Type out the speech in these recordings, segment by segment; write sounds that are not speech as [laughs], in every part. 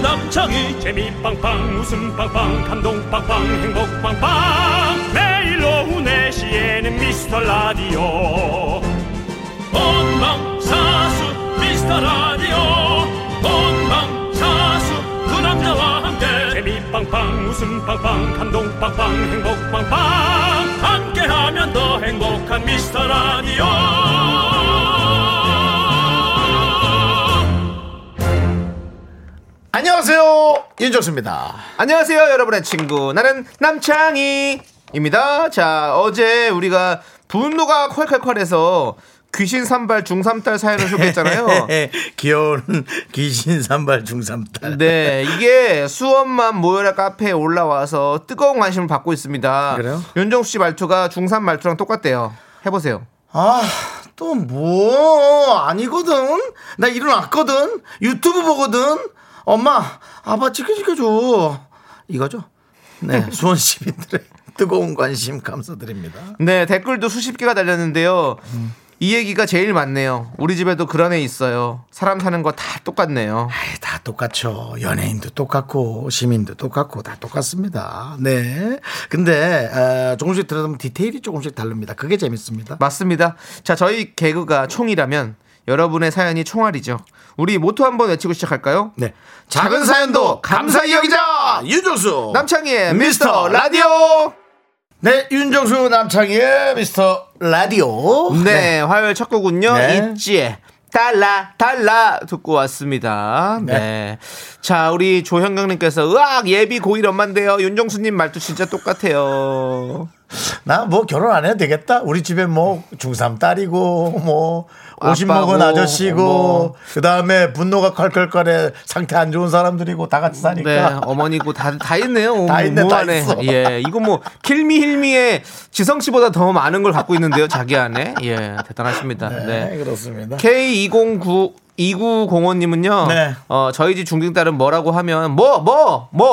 세상이 재미 빵빵 웃음 빵빵 감동 빵빵 행복 빵빵 매일 오후 네시에는 미스터 라디오 본방사수 미스터 라디오 본방사수 두 남자와 함께 재미 빵빵 웃음 빵빵 감동 빵빵 행복 빵빵 함께하면 더 행복한 미스터 라디오 안녕하세요 윤정수입니다 안녕하세요, 여러분의 친구. 나는 남창희입니다. 자, 어제 우리가 분노가 콸콸콸해서 귀신 산발 중삼딸 [laughs] 사연을 소개했잖아요. 예, 귀여운 [laughs] 귀신 산발 중삼딸 네, 이게 수원만 모여라 카페에 올라와서 뜨거운 관심을 받고 있습니다. 그래요? 윤정수 씨 말투가 중삼 말투랑 똑같대요. 해보세요. 아 또 뭐 아니거든 나 일어났거든 유튜브 보거든 엄마 아빠 치켜 지켜줘 이거죠 네 수원 시민들의 뜨거운 관심 감사드립니다 네, 댓글도 수십 개가 달렸는데요. 음. 이 얘기가 제일 많네요. 우리 집에도 그런 애 있어요. 사람 사는 거 다 똑같네요. 에이, 다 똑같죠. 연예인도 똑같고 시민도 똑같고 다 똑같습니다. 네. 근데 어, 조금씩 들어가면 디테일이 조금씩 다릅니다. 그게 재밌습니다. 맞습니다. 자, 저희 개그가 총이라면 여러분의 사연이 총알이죠. 우리 모토 한번 외치고 시작할까요? 네. 작은 사연도 감사히 여기자. 윤정수 남창희의 미스터 미스터 라디오. 네, 윤정수 남창희의 미스터 라디오. 네, 화요일 첫 곡은요. 네. 있지의 달라 달라 듣고 왔습니다. 네. 자, 우리 조현경님께서 으악 예비 고일 엄마인데요. 윤정수님 말투 진짜 똑같아요. 나 뭐 결혼 안 해도 되겠다. 우리 집에 뭐 중삼 딸이고 뭐 오십 아빠고, 먹은 아저씨고 뭐. 그다음에 분노가 컬컬컬해 상태 안 좋은 사람들이고 다 같이 사니까. 네, 어머니고 다, 다 있네요. 그러니까. [laughs] 다 있네, 다 무한해. 있어. 예, 이거 뭐, 킬미 힐미의 지성 씨보다 더 많은 걸 갖고 있는데요, 자기 안에. 예, 대단하십니다. 네. 네, 그렇습니다. K209 2905님은요. 네. 어, 저희 집 중딩 딸은 뭐라고 하면 뭐 뭐 뭐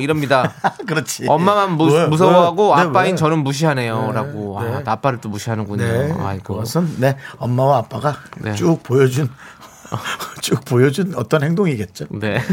[laughs] 이럽니다. 그렇지. 엄마만 무, 예. 왜, 서워하고 왜, 네, 아빠인 왜? 저는 무시하네요라고. 네, 아, 네. 아빠를 또 무시하는군요. 네, 아이고. 그것은 네 엄마와 아빠가 네. 쭉 보여준 [laughs] 쭉 보여준 어떤 행동이겠죠. 네. [laughs]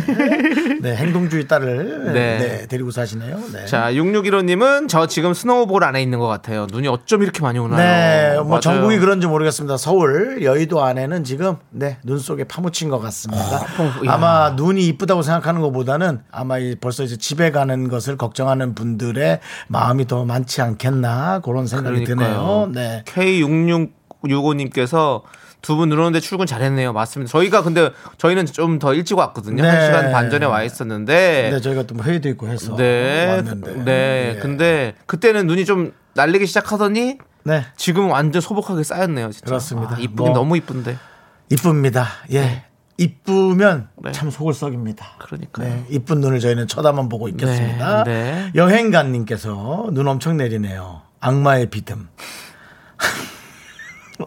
네, 행동주의 딸을 네. 네. 데리고 사시네요. 네. 자, 6615님은 저 지금 스노우볼 안에 있는 것 같아요. 눈이 어쩜 이렇게 많이 오나요? 네, 뭐 맞아요. 전국이 그런지 모르겠습니다. 서울 여의도 안에는 지금 네, 눈 속에 파묻힌 것 같습니다. 어, 이야. 아마 눈이 이쁘다고 생각하는 것보다는 아마 이 벌써 이제 집에 가는 것을 걱정하는 분들의 마음이 더 많지 않겠나 그런 생각이 드네요. 네. K6665님께서 두 분 들어오는데 출근 잘했네요. 맞습니다. 저희가 근데 저희는 좀 더 일찍 왔거든요. 네. 한 시간 반 전에 와 있었는데. 네, 저희가 또 회의도 있고 해서 네. 왔는데. 네. 예. 근데 그때는 눈이 좀 날리기 시작하더니 네. 지금 완전 소복하게 쌓였네요. 진짜. 그렇습니다. 아, 이쁘긴 뭐. 너무 이쁜데. 이쁩니다. 예. 이쁘면 네. 참 속을 썩입니다. 그러니까요. 네, 이쁜 눈을 저희는 쳐다만 보고 있겠습니다. 네, 네. 여행가님께서 눈 엄청 내리네요. 악마의 비듬. [laughs]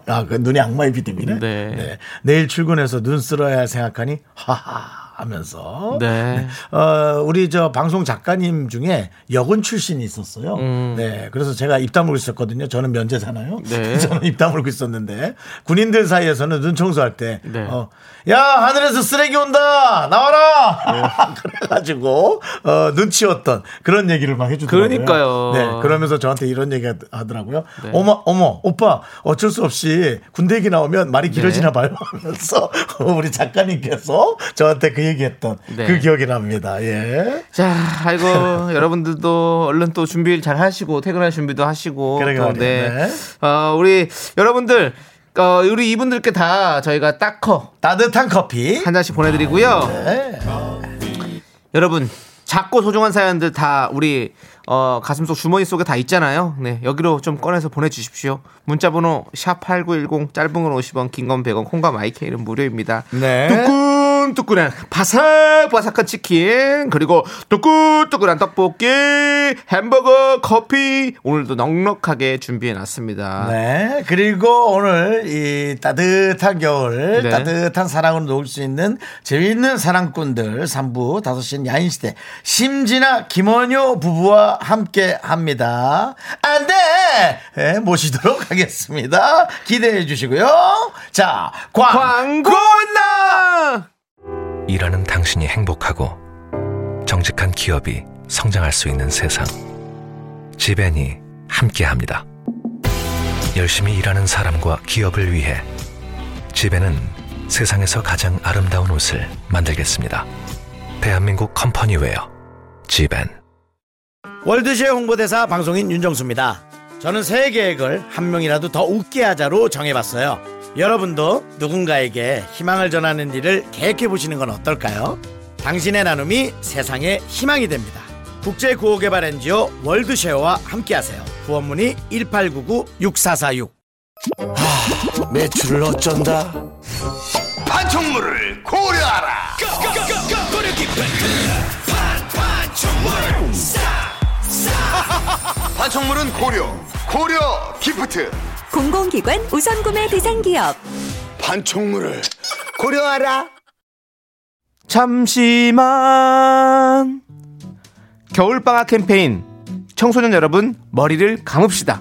아, 그 눈이 악마의 비듬이네. 네. 내일 출근해서 눈 쓸어야 생각하니 하하 하면서. 네. 어, 우리 저 방송 작가님 중에 여군 출신이 있었어요. 네. 그래서 제가 입 다물고 있었거든요. 저는 면제잖아요. 음. 네. [laughs] 저는 입 다물고 있었는데 군인들 사이에서는 눈 청소할 때, 네. 어, 야 하늘에서 쓰레기 온다 네. 나와라 [laughs] 그래가지고 어, 눈치였던 그런 얘기를 막 해주더라고요. 그러니까요. 네. 네, 그러면서 저한테 이런 얘기 하더라고요. 어머 어머 오빠 어쩔 수 없이 군대 얘기 나오면 말이 네. 길어지나 봐요 하면서 [laughs] 우리 작가님께서 저한테 그 얘기했던 네. 그 기억이 납니다. 예. 자, 아이고 [laughs] 여러분들도 얼른 또 준비를 잘 하시고 퇴근할 준비도 하시고 그러게 또, 말이에요. 네. 네. 어, 우리 여러분들 어, 우리 이분들께 다 저희가 딱커 따뜻한 커피. 한 잔씩 보내드리고요. 네. 여러분 작고 소중한 사연들 다 우리 어, 가슴속 주머니 속에 다 있잖아요. 네 여기로 좀 꺼내서 보내주십시오. 문자번호 샵 #8910 짧은 건 50원, 긴 건 100원, 콩과 마이케이는 무료입니다. 네. 뚜끈뚜끈한 바삭바삭한 치킨 그리고 뚜끈뚜끈한 떡볶이, 햄버거, 커피 오늘도 넉넉하게 준비해 놨습니다. 네. 그리고 오늘 이 따뜻한 겨울, 네. 따뜻한 사랑으로 녹을 수 있는 재미있는 사랑꾼들 3부 5시엔 야인시대 심진아 김원효 부부와 함께 합니다. 안 돼! 네, 모시도록 하겠습니다. 기대해 주시고요. 자, 광! 광고나 일하는 당신이 행복하고 정직한 기업이 성장할 수 있는 세상. 지벤이 함께합니다. 열심히 일하는 사람과 기업을 위해 지벤은 세상에서 가장 아름다운 옷을 만들겠습니다. 대한민국 컴퍼니웨어 지벤. 월드쉐 홍보대사 방송인 윤정수입니다. 저는 새해 계획을 한 명이라도 더 웃게 하자로 정해봤어요. 여러분도 누군가에게 희망을 전하는 일을 계획해 보시는 건 어떨까요? 당신의 나눔이 세상의 희망이 됩니다. 국제 구호개발 NGO 월드쉐어와 함께하세요. 후원문의 1899-6446. 매출을 어쩐다. 반총물을 고려하라. 반총물은 고려. 고려 기프트. 공공기관 우선구매 대상기업 반총물을 고려하라. 잠시만 겨울방학 캠페인 청소년 여러분 머리를 감읍시다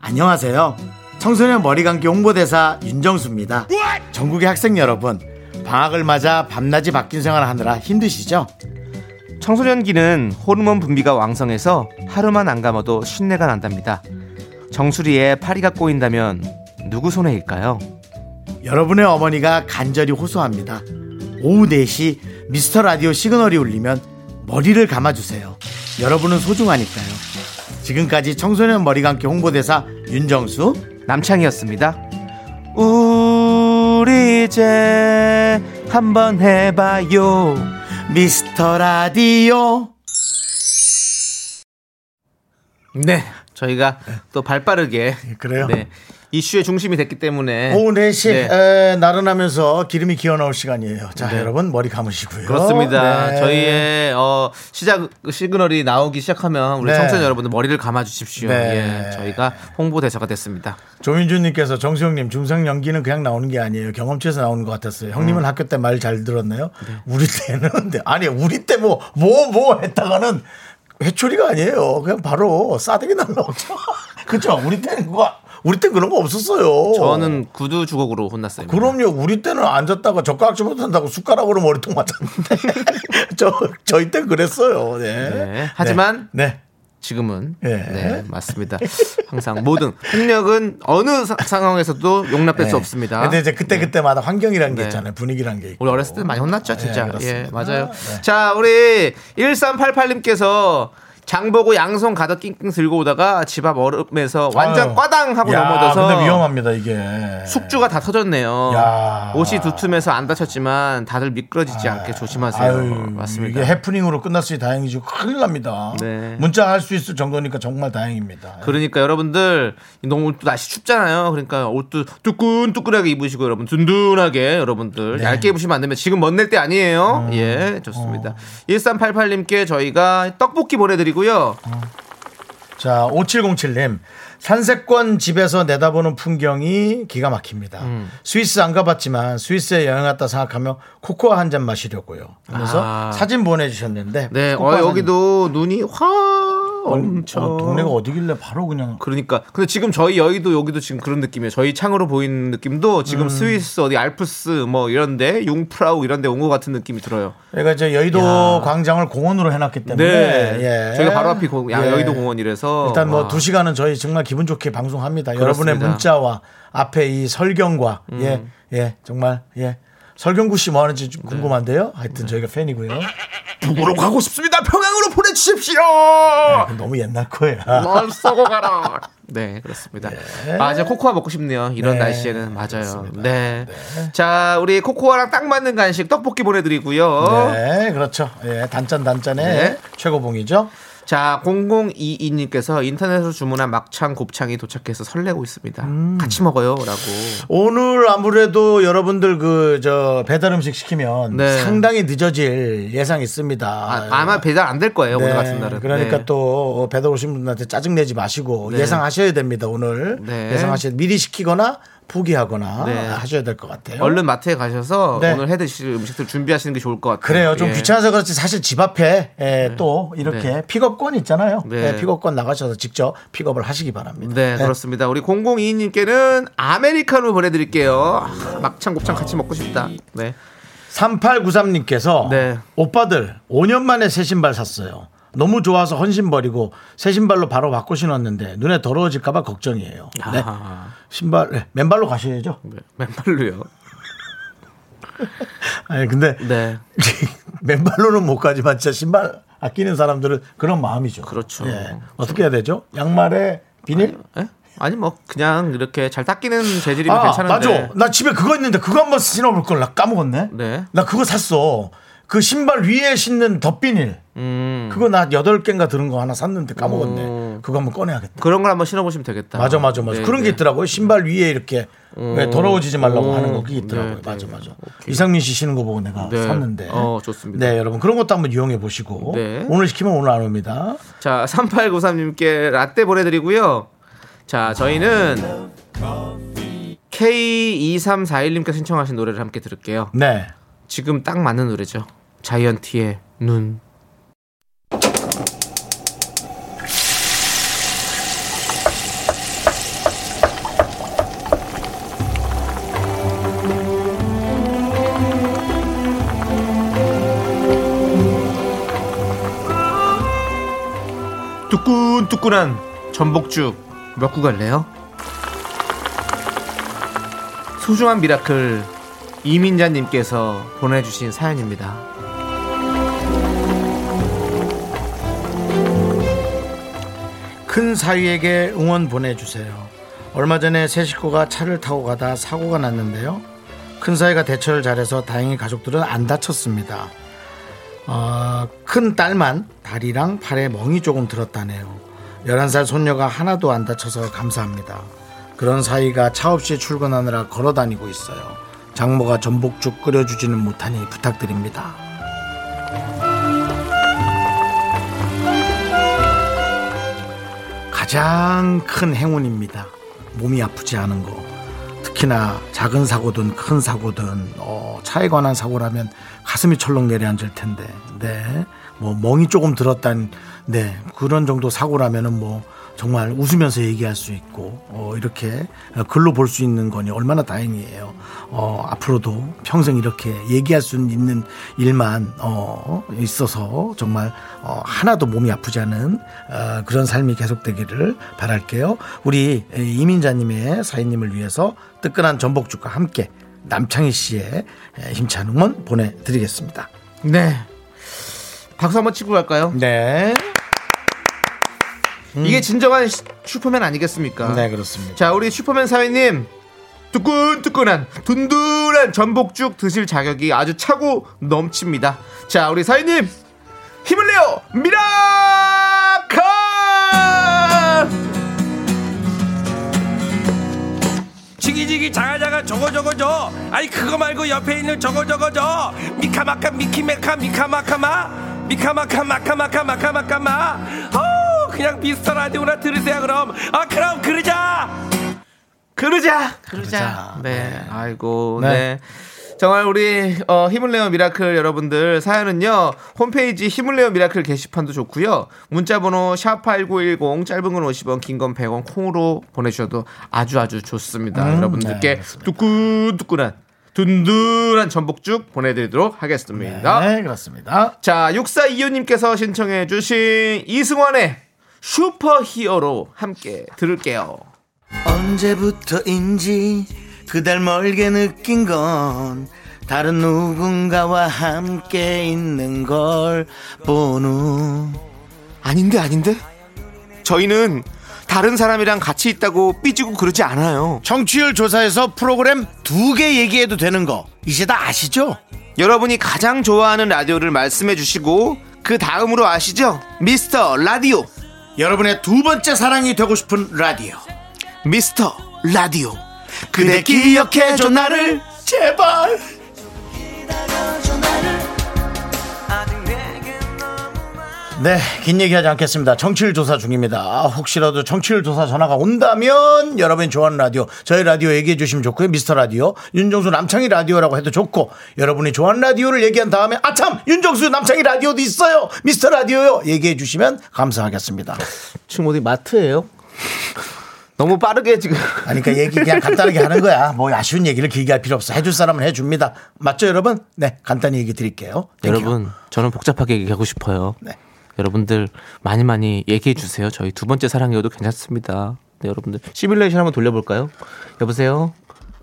안녕하세요. 청소년 머리감기 홍보대사 윤정수입니다. 전국의 학생 여러분, 방학을 맞아 밤낮이 바뀐 생활을 하느라 힘드시죠? 청소년기는 호르몬 분비가 왕성해서 하루만 안 감아도 신내가 난답니다 정수리에 파리가 꼬인다면 누구 손해일까요? 여러분의 어머니가 간절히 호소합니다. 오후 4시 미스터 라디오 시그널이 울리면 머리를 감아주세요. 여러분은 소중하니까요. 지금까지 청소년 머리감기 홍보대사 윤정수 남창이었습니다 우리 이제 한번 해봐요 미스터 라디오 네 저희가 또 발빠르게 그래요? 네, 이슈의 중심이 됐기 때문에 오후 4시 네. 에, 나른하면서 기름이 기어나올 시간이에요. 자 네. 여러분 머리 감으시고요. 그렇습니다. 네. 저희의 어, 시작 시그널이 나오기 시작하면 우리 네. 청취자 여러분들 머리를 감아주십시오. 네. 예, 저희가 홍보 대사가 됐습니다. 조민준님께서 정수영님 중상 연기는 그냥 나오는 게 아니에요. 경험치에서 나오는 것 같았어요. 형님은 음. 학교 때 말 잘 들었나요? 네. 우리 때는 네. 아니 우리 때 뭐 뭐 뭐 했다가는 회초리가 아니에요. 그냥 바로 싸대기 [laughs] 날라오죠. 그죠? 우리 때는 그거 우리 때 그런 거 없었어요. 저는 구두 주걱으로 혼났어요. 그럼요. 우리 때는 앉았다가 젓가락질 못한다고 숟가락으로 머리통 맞았는데 [laughs] 저 저희 때 그랬어요. 네. 네. 하지만 네. 지금은 예. 네 맞습니다. 항상 모든 폭력은 어느 사- 상황에서도 용납될 수 없습니다. 네. 근데 이제 그때 그때마다 환경이란 게 네. 있잖아요. 분위기란 게 있고. 우리 어렸을 때 많이 혼났죠, 진짜. 네, 그렇습니다. 네. 예, 맞아요. 자, 우리 1388님께서 장보고 양손 가득 낑낑 들고 오다가 집 앞 얼음에서 완전 아유. 꽈당하고 야, 넘어져서 근데 위험합니다 이게. 숙주가 다 터졌네요. 네. 야. 아, 옷이 두툼해서 안 다쳤지만 다들 미끄러지지 않게 조심하세요. 아유, 맞습니다. 이게 해프닝으로 끝났으니 다행이지 큰일 납니다. 네. 문자 할 수 있을 정도니까 정말 다행입니다. 그러니까 여러분들 너무 또 날씨 춥잖아요. 그러니까 옷도 뜨끈뜨끈하게 입으시고 여러분 든든하게 여러분들 네. 얇게 입으시면 안 됩니다. 지금 멋낼 때 아니에요. 음. 예, 좋습니다. 어. 1388님께 저희가 떡볶이 보내드리고요. 아, 자, 5707님. 산세권 집에서 내다보는 풍경이 기가 막힙니다. 음. 스위스 안 가봤지만 스위스에 여행 왔다 생각하며 코코아 한 잔 마시려고요. 하면서 아. 사진 보내주셨는데. 네, 코코아 어, 여기도 눈이 확 엄청. 사진- 어, 동네가 어디길래 바로 그냥. 그러니까 근데 지금 저희 여의도 여기도 지금 그런 느낌이에요. 저희 창으로 보이는 느낌도 음. 지금 스위스 어디 알프스 뭐 이런데 융프라우 이런데 온 것 같은 느낌이 들어요. 그러니까 이제 여의도 광장을 공원으로 해놨기 때문에. 네, 예. 저희가 바로 앞이 고- 야, 예. 여의도 공원이라서 아. 일단 뭐 와. 두 시간은 저희 정말 기분 좋게 방송합니다. 여러분의 어. 그렇습니다. 음. 문자와 앞에 이 설경과 예, 예, 정말 예. 설경구 씨 뭐 하는지 좀 궁금한데요. 하여튼 저희가 팬이고요. 네. 북으로 가고 싶습니다. 평양으로 보내주십시오. 아, 너무 옛날 거야. 널 쏘고 가라. 네, 그렇습니다. 아, 이제 코코아 먹고 싶네요. 이런 예. 네, 날씨에는 맞아요. 네. 자, 우리 코코아랑 딱 맞는 간식 떡볶이 보내드리고요. 네, 그렇죠. 예, 단짠 단짠의 어? 네. 최고봉이죠. 자, 0022님께서 인터넷으로 주문한 막창 곱창이 도착해서 설레고 있습니다. 음. 같이 먹어요라고. 오늘 아무래도 여러분들 그 저 배달 음식 시키면 네. 상당히 늦어질 예상이 있습니다. 아, 아마 배달 안 될 거예요 네, 오늘 같은 날은. 그러니까 네. 또 배달 오신 분들한테 짜증 내지 마시고 네. 예상하셔야 됩니다 오늘 네. 예상하셔야 미리 시키거나 포기하거나 네. 하셔야 될 것 같아요. 얼른 마트에 가셔서 네. 오늘 해 드실 음식들 준비하시는 게 좋을 것 같아요. 그래요. 좀 예. 귀찮아서 그렇지 사실 집 앞에 에, 또 이렇게 네. 픽업권 있잖아요. 네. 네, 픽업권 나가셔서 직접 픽업을 하시기 바랍니다. 예, 네, 그렇습니다. 우리 0022님께는 아메리카노 보내드릴게요. 아, 막창 곱창 같이 먹고 싶다. 네. 3893님께서 네. 오빠들 5년 만에 새 신발 샀어요. 너무 좋아서 헌신 버리고 새 신발로 바로 바꿔 신었는데 눈에 더러워질까봐 걱정이에요. 네. 신발 네, 맨발로 가셔야죠. 맨발로요. 아니 예, 근데 네. [laughs] 맨발로는 못 가지만 진짜 신발 아끼는 사람들은 그런 마음이죠. 그렇죠. 예. 어떻게 해야 되죠? 양말에 비닐? 에? 아니 뭐 그냥 이렇게 잘 닦이는 재질이면 아, 괜찮은데. 맞아. 나 집에 그거 있는데 그거 한번 신어볼 걸 나 까먹었네. 네. 나 그거 샀어. 그 신발 위에 신는 덧비닐. 음. 그거 나 여덟 개인가 들은 거 하나 샀는데 까먹었네. 그거 한번 꺼내야겠다. 그런 걸 한번 신어보시면 되겠다. 맞아, 맞아, 맞아. 네, 그런 게 네. 음. 있더라고요. 신발 위에 이렇게 왜 더러워지지 말라고 하는 거 그게 있더라고요. 네, 네. 맞아, 맞아. 이상민 씨 신은 거 보고 내가 네. 샀는데. 어, 좋습니다. 네, 여러분 그런 것도 한번 이용해 보시고 네. 오늘 시키면 오늘 안 옵니다. 자, 3893님께 라떼 보내드리고요. 자, 저희는 K2341님께 신청하신 노래를 함께 들을게요. 네. 지금 딱 맞는 노래죠. 자이언티의 눈. 뚜끈뚜끈한 전복죽 몇 구갈래요? 소중한 미라클 이민자님께서 보내주신 사연입니다. 큰 사위에게 응원 보내주세요. 얼마 전에 세 식구가 차를 타고 가다 사고가 났는데요. 큰 사위가 대처를 잘해서 다행히 가족들은 안 다쳤습니다. 어, 큰 딸만 다리랑 팔에 멍이 조금 들었다네요. 11살 손녀가 하나도 안 다쳐서 감사합니다. 그런 사이가 차 없이 출근하느라 걸어 다니고 있어요. 장모가 전복죽 끓여주지는 못하니 부탁드립니다. 가장 큰 행운입니다. 몸이 아프지 않은 거. 특히나 작은 사고든 큰 사고든 어, 차에 관한 사고라면 가슴이 철렁 내려앉을 텐데. 네. 뭐 멍이 조금 들었단 네. 그런 정도 사고라면은 뭐 정말 웃으면서 얘기할 수 있고 어, 이렇게 글로 볼 수 있는 거니 얼마나 다행이에요. 어, 앞으로도 평생 이렇게 얘기할 수 있는 일만 어, 있어서 정말 어, 하나도 몸이 아프지 않은 어, 그런 삶이 계속되기를 바랄게요. 우리 이민자님의 사인님을 위해서 뜨끈한 전복죽과 함께 남창희 씨의 힘찬 응원 보내드리겠습니다. 네. 박수 한번 치고 갈까요? 네, 이게 진정한 시- 슈퍼맨 아니겠습니까? 음. 네 그렇습니다. 자, 우리 슈퍼맨 사회님. 뜨끈뜨끈한 둔둔한 전복죽 드실 자격이 아주 차고 넘칩니다. 자, 우리 사회님. 힘을 내요! 미라카! 지기지기 자가자가 저거 저거 저 아니 그거 말고 옆에 있는 저거 저거 저 미카마카 미키메카 미카마카마 미카마카마카마카마카마카마 어 그냥 미스터 라디오나 들으세요 그럼 아 그럼 그러자 그러자! 그러자. 네. 아이고, 네. 네. 정말 우리 어, 힘을 내요 미라클 여러분들 사연은요 홈페이지 힘을 내요 미라클 게시판도 좋고요 문자번호 샵 #8910 짧은 건 50원, 긴 건 100원 콩으로 보내주셔도 아주 아주 좋습니다. 음, 네, 여러분들께 두끈두끈한 든든한 전복죽 보내드리도록 하겠습니다. 네 그렇습니다. 자, 6425님께서 신청해 주신 이승환의 슈퍼히어로 함께 들을게요. 언제부터인지 그댈 멀게 느낀 건 다른 누군가와 함께 있는 걸 보누 아닌데 아닌데 저희는 다른 사람이랑 같이 있다고 삐지고 그러지 않아요 청취율 조사에서 프로그램 두 개 얘기해도 되는 거 이제 다 아시죠? 여러분이 가장 좋아하는 라디오를 말씀해 주시고 그 다음으로 아시죠 미스터 라디오 여러분의 두 번째 사랑이 되고 싶은 라디오 미스터 라디오 그대 기억해줘 나를 제발 네, 긴 얘기하지 않겠습니다. 정치율 조사 중입니다. 혹시라도 정치율 조사 전화가 온다면 여러분이 좋아하는 라디오, 저희 라디오 얘기해 주시면 좋고요. 미스터 라디오, 윤정수 남창희 라디오라고 해도 좋고, 여러분이 좋아하는 라디오를 얘기한 다음에, 아참! 윤정수 남창희 라디오도 있어요! 미스터 라디오요! 얘기해 주시면 감사하겠습니다. 지금 어디 마트예요? [laughs] 너무 빠르게 지금 아니, 그러니까 얘기 그냥 간단하게 하는 거야. 뭐 아쉬운 얘기를 길게 할 필요 없어. 해줄 사람은 해줍니다. 맞죠, 여러분? 네, 간단히 얘기 드릴게요. 땡큐. 네. 여러분 저는 복잡하게 얘기하고 싶어요. 네. 여러분들 많이 많이 얘기해 주세요. 저희 두 번째 사랑이어도 괜찮습니다. 네, 여러분들 시뮬레이션 한번 돌려볼까요? 여보세요.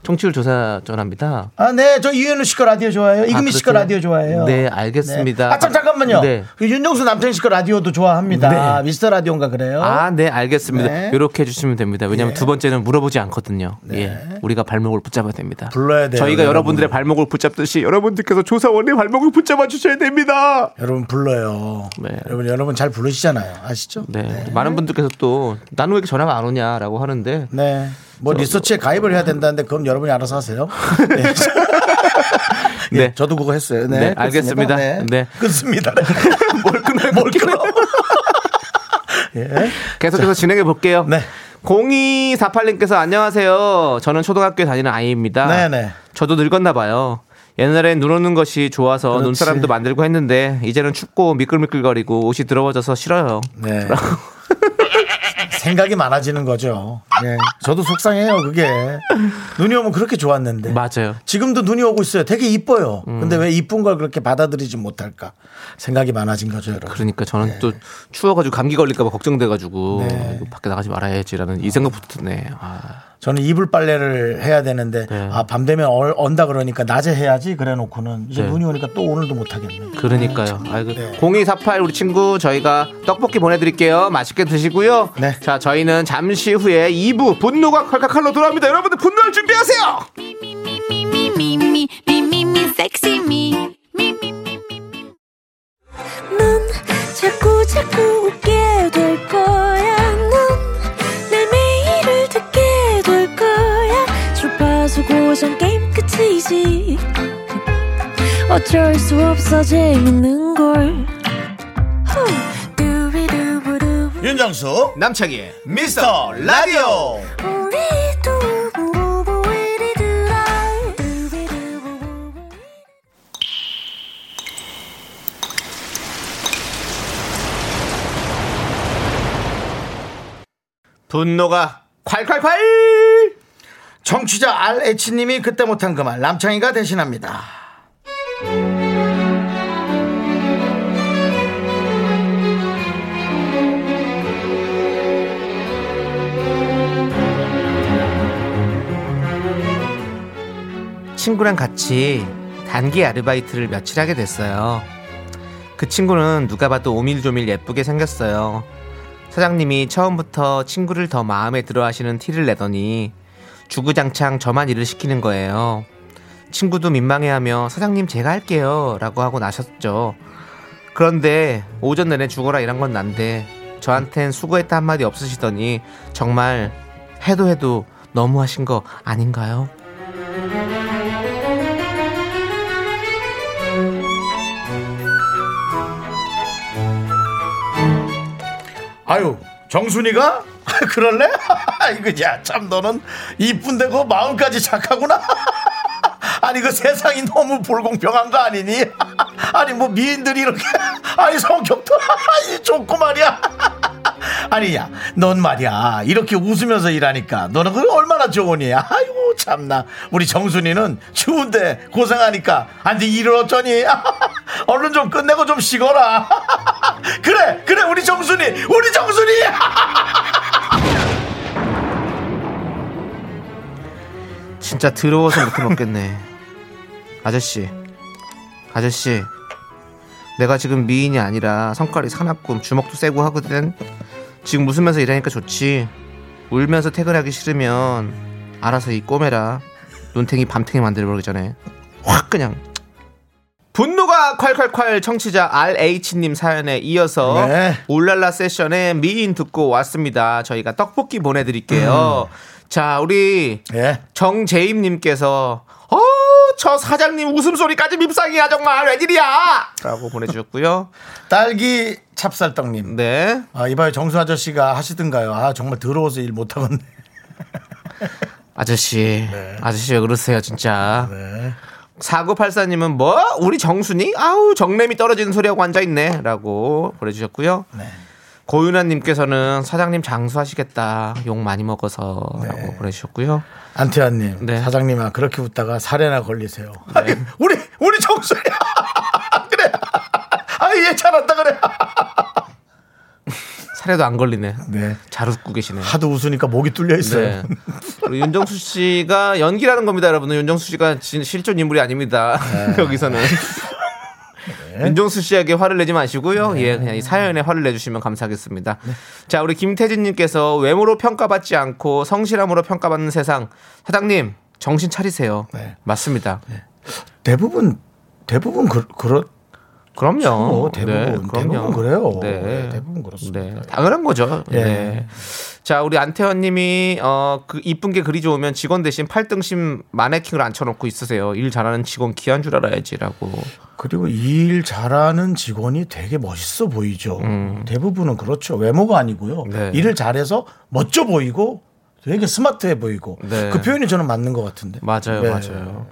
청취율 조사 전화입니다. 아, 네, 저 이현우 씨거 라디오 좋아해요. 이금희 아, 씨거 그렇구나. 라디오 좋아해요. 네, 알겠습니다. 아, 참, 잠깐만요. 네. 그 윤정수 남창희 씨거 라디오도 좋아합니다. 미스터 라디오인가 그래요? 아, 네, 알겠습니다. 네. 이렇게 해주시면 됩니다. 왜냐하면 예. 네. 두 번째는 물어보지 않거든요. 예, 우리가 발목을 붙잡아야 됩니다. 불러야 돼요, 저희가 여러분. 여러분들의 발목을 붙잡듯이 여러분들께서 조사원의 발목을 붙잡아 주셔야 됩니다. 여러분 불러요. 네. 여러분, 여러분 잘 부르시잖아요. 아시죠? 네, 많은 분들께서 또 나는 왜 이렇게 전화가 안 오냐라고 하는데 네. 뭐 리서치에 가입을 해야 된다는데 그럼 여러분이 알아서 [laughs] 하세요. 네. 예, 네. 저도 그거 했어요. 네. 네, 그렇습니다. 알겠습니다. 네. 끊습니다. [laughs] 뭘 끊어요? 뭘 끊어? 예. 계속해서 진행해 볼게요. 네. 0248님께서 안녕하세요. 저는 초등학교에 다니는 아이입니다. 네네. 저도 늙었나 봐요. 옛날엔 눈 오는 것이 좋아서 그렇지. 눈사람도 만들고 했는데 이제는 춥고 미끌미끌거리고 옷이 더러워져서 싫어요. [laughs] 네. 생각이 많아지는 거죠. 예. 저도 속상해요, 그게. 눈이 오면 그렇게 좋았는데. 맞아요. 음. 지금도 눈이 오고 있어요. 되게 이뻐요. 근데 왜 이쁜 걸 그렇게 받아들이지 못할까? 생각이 많아진 거죠, 여러분. 그러니까 저는 네. 또 추워가지고 감기 걸릴까봐 걱정돼가지고 이거 밖에 나가지 말아야지라는 이 생각부터 드네. 아, 저는 이불 빨래를 해야 되는데 네. 아, 밤 되면 얼, 언다 그러니까 낮에 해야지 그래 놓고는 이제 네. 눈이 오니까 또 오늘도 못 하겠네. 네. 그러니까요. 아이고. 0248 우리 친구 저희가 떡볶이 보내드릴게요. 맛있게 드시고요. 네. 자 저희는 잠시 후에 2부 분노가 칼칼칼로 돌아옵니다. 여러분들 분노할 준비하세요. 넌 자꾸 자꾸 웃게 될 거야. 넌내 매일을 듣게 될 거야. 주파수 고정 게임 끝이지. 어쩔 수 없어 재밌는 걸. 후. 두비두부두부. 윤정수 남창희의 미스터 라디오 우리 두부부부 우리 두라. 두비두부부부. 분노가 콸콸콸 정취자 RH님이 그때 못한 그 말 남창희가 대신합니다. 친구랑 같이 단기 아르바이트를 며칠 하게 됐어요 그 친구는 누가 봐도 오밀조밀 예쁘게 생겼어요 사장님이 처음부터 친구를 더 마음에 들어 하시는 티를 내더니 주구장창 저만 일을 시키는 거예요 친구도 민망해하며 사장님 제가 할게요 라고 하고 나셨죠 그런데 오전 내내 죽어라 이런 건 난데 저한텐 수고했다 한마디 없으시더니 정말 해도 해도 너무 하신 거 아닌가요? 아유 정순이가 [laughs] 그럴래? 이거 야참 너는 이쁜데고 그 마음까지 착하구나. [laughs] 아니 그 세상이 너무 불공평한 거 아니니? [laughs] 아니 뭐 미인들이 이렇게 [laughs] 아니 성격도 [laughs] 아니 좋고 말이야. [laughs] 아니 야넌 말이야 이렇게 웃으면서 일하니까 너는 그 얼마나 좋으니? 아이고 참나 우리 정순이는 추운데 고생하니까 아니 일을 어쩌니? [laughs] 얼른 좀 끝내고 좀 쉬거라. [laughs] 그래 그래 우리 정순이 우리 정순이 진짜 더러워서 못해 먹겠네. 아저씨, 아저씨, 내가 지금 미인이 아니라 성깔이 사납고 주먹도 세고 하거든. 지금 웃으면서 일하니까 좋지. 울면서 퇴근하기 싫으면 알아서 이 꼬매라. 눈탱이 밤탱이 만들어버리기 전에 확 그냥. 분노가 콸콸콸 청취자 RH님 사연에 이어서 네. 울랄라 세션의 미인 듣고 왔습니다. 저희가 떡볶이 보내드릴게요. 자, 우리 예 정재임님께서 어, 저 사장님 웃음소리까지 밉상이야 정말 웬일이야 라고 보내주셨고요 딸기 찹쌀떡님 네 아, 이봐요 정수 아저씨가 하시던가요 아 정말 더러워서 일 못하겠네 아저씨 아저씨 왜 그러세요 진짜 4984님은 뭐 우리 정순이 아우 정렘이 떨어지는 소리하고 앉아있네 라고 보내주셨고요 고윤아님께서는 사장님 장수하시겠다. 욕 많이 먹어서라고 보내주셨고요. 안태환님 네. 사장님아 그렇게 웃다가 살해나 걸리세요. 아니, 우리 우리 정수야 [laughs] 그래. 아얘 잘한다 그래. 살해도 안 걸리네. 네. 잘 웃고 계시네요. 하도 웃으니까 목이 뚫려 있어요. 네. 우리 윤정수 씨가 연기라는 겁니다, 여러분. 윤정수 씨가 진- 실존 인물이 아닙니다. 네. [laughs] 여기서는. 윤정수 씨에게 화를 내지 마시고요. 네. 예, 그냥 이 사연에 화를 내주시면 감사하겠습니다. 자, 우리 김태진님께서 외모로 평가받지 않고 성실함으로 평가받는 세상. 사장님, 정신 차리세요. 네. 맞습니다. 대부분 대부분 그, 그렇 어, 네. 그렇죠. 그럼요. 대부분, 대부분 그래요. 네, 대부분 그렇습니다. 네, 당연한 거죠. 예. 네. 자, 우리 안태현 님이 어, 그 이쁜 게 그리 좋으면 직원 대신 팔등심 마네킹을 앉혀놓고 있으세요. 일 잘하는 직원 귀한 줄 알아야지라고. 그리고 일 잘하는 직원이 되게 멋있어 보이죠. 대부분은 그렇죠. 외모가 아니고요. 음. 네. 일을 잘해서 멋져 보이고 되게 스마트해 보이고 네. 그 표현이 저는 맞는 것 같은데. 맞아요, 네. 맞아요.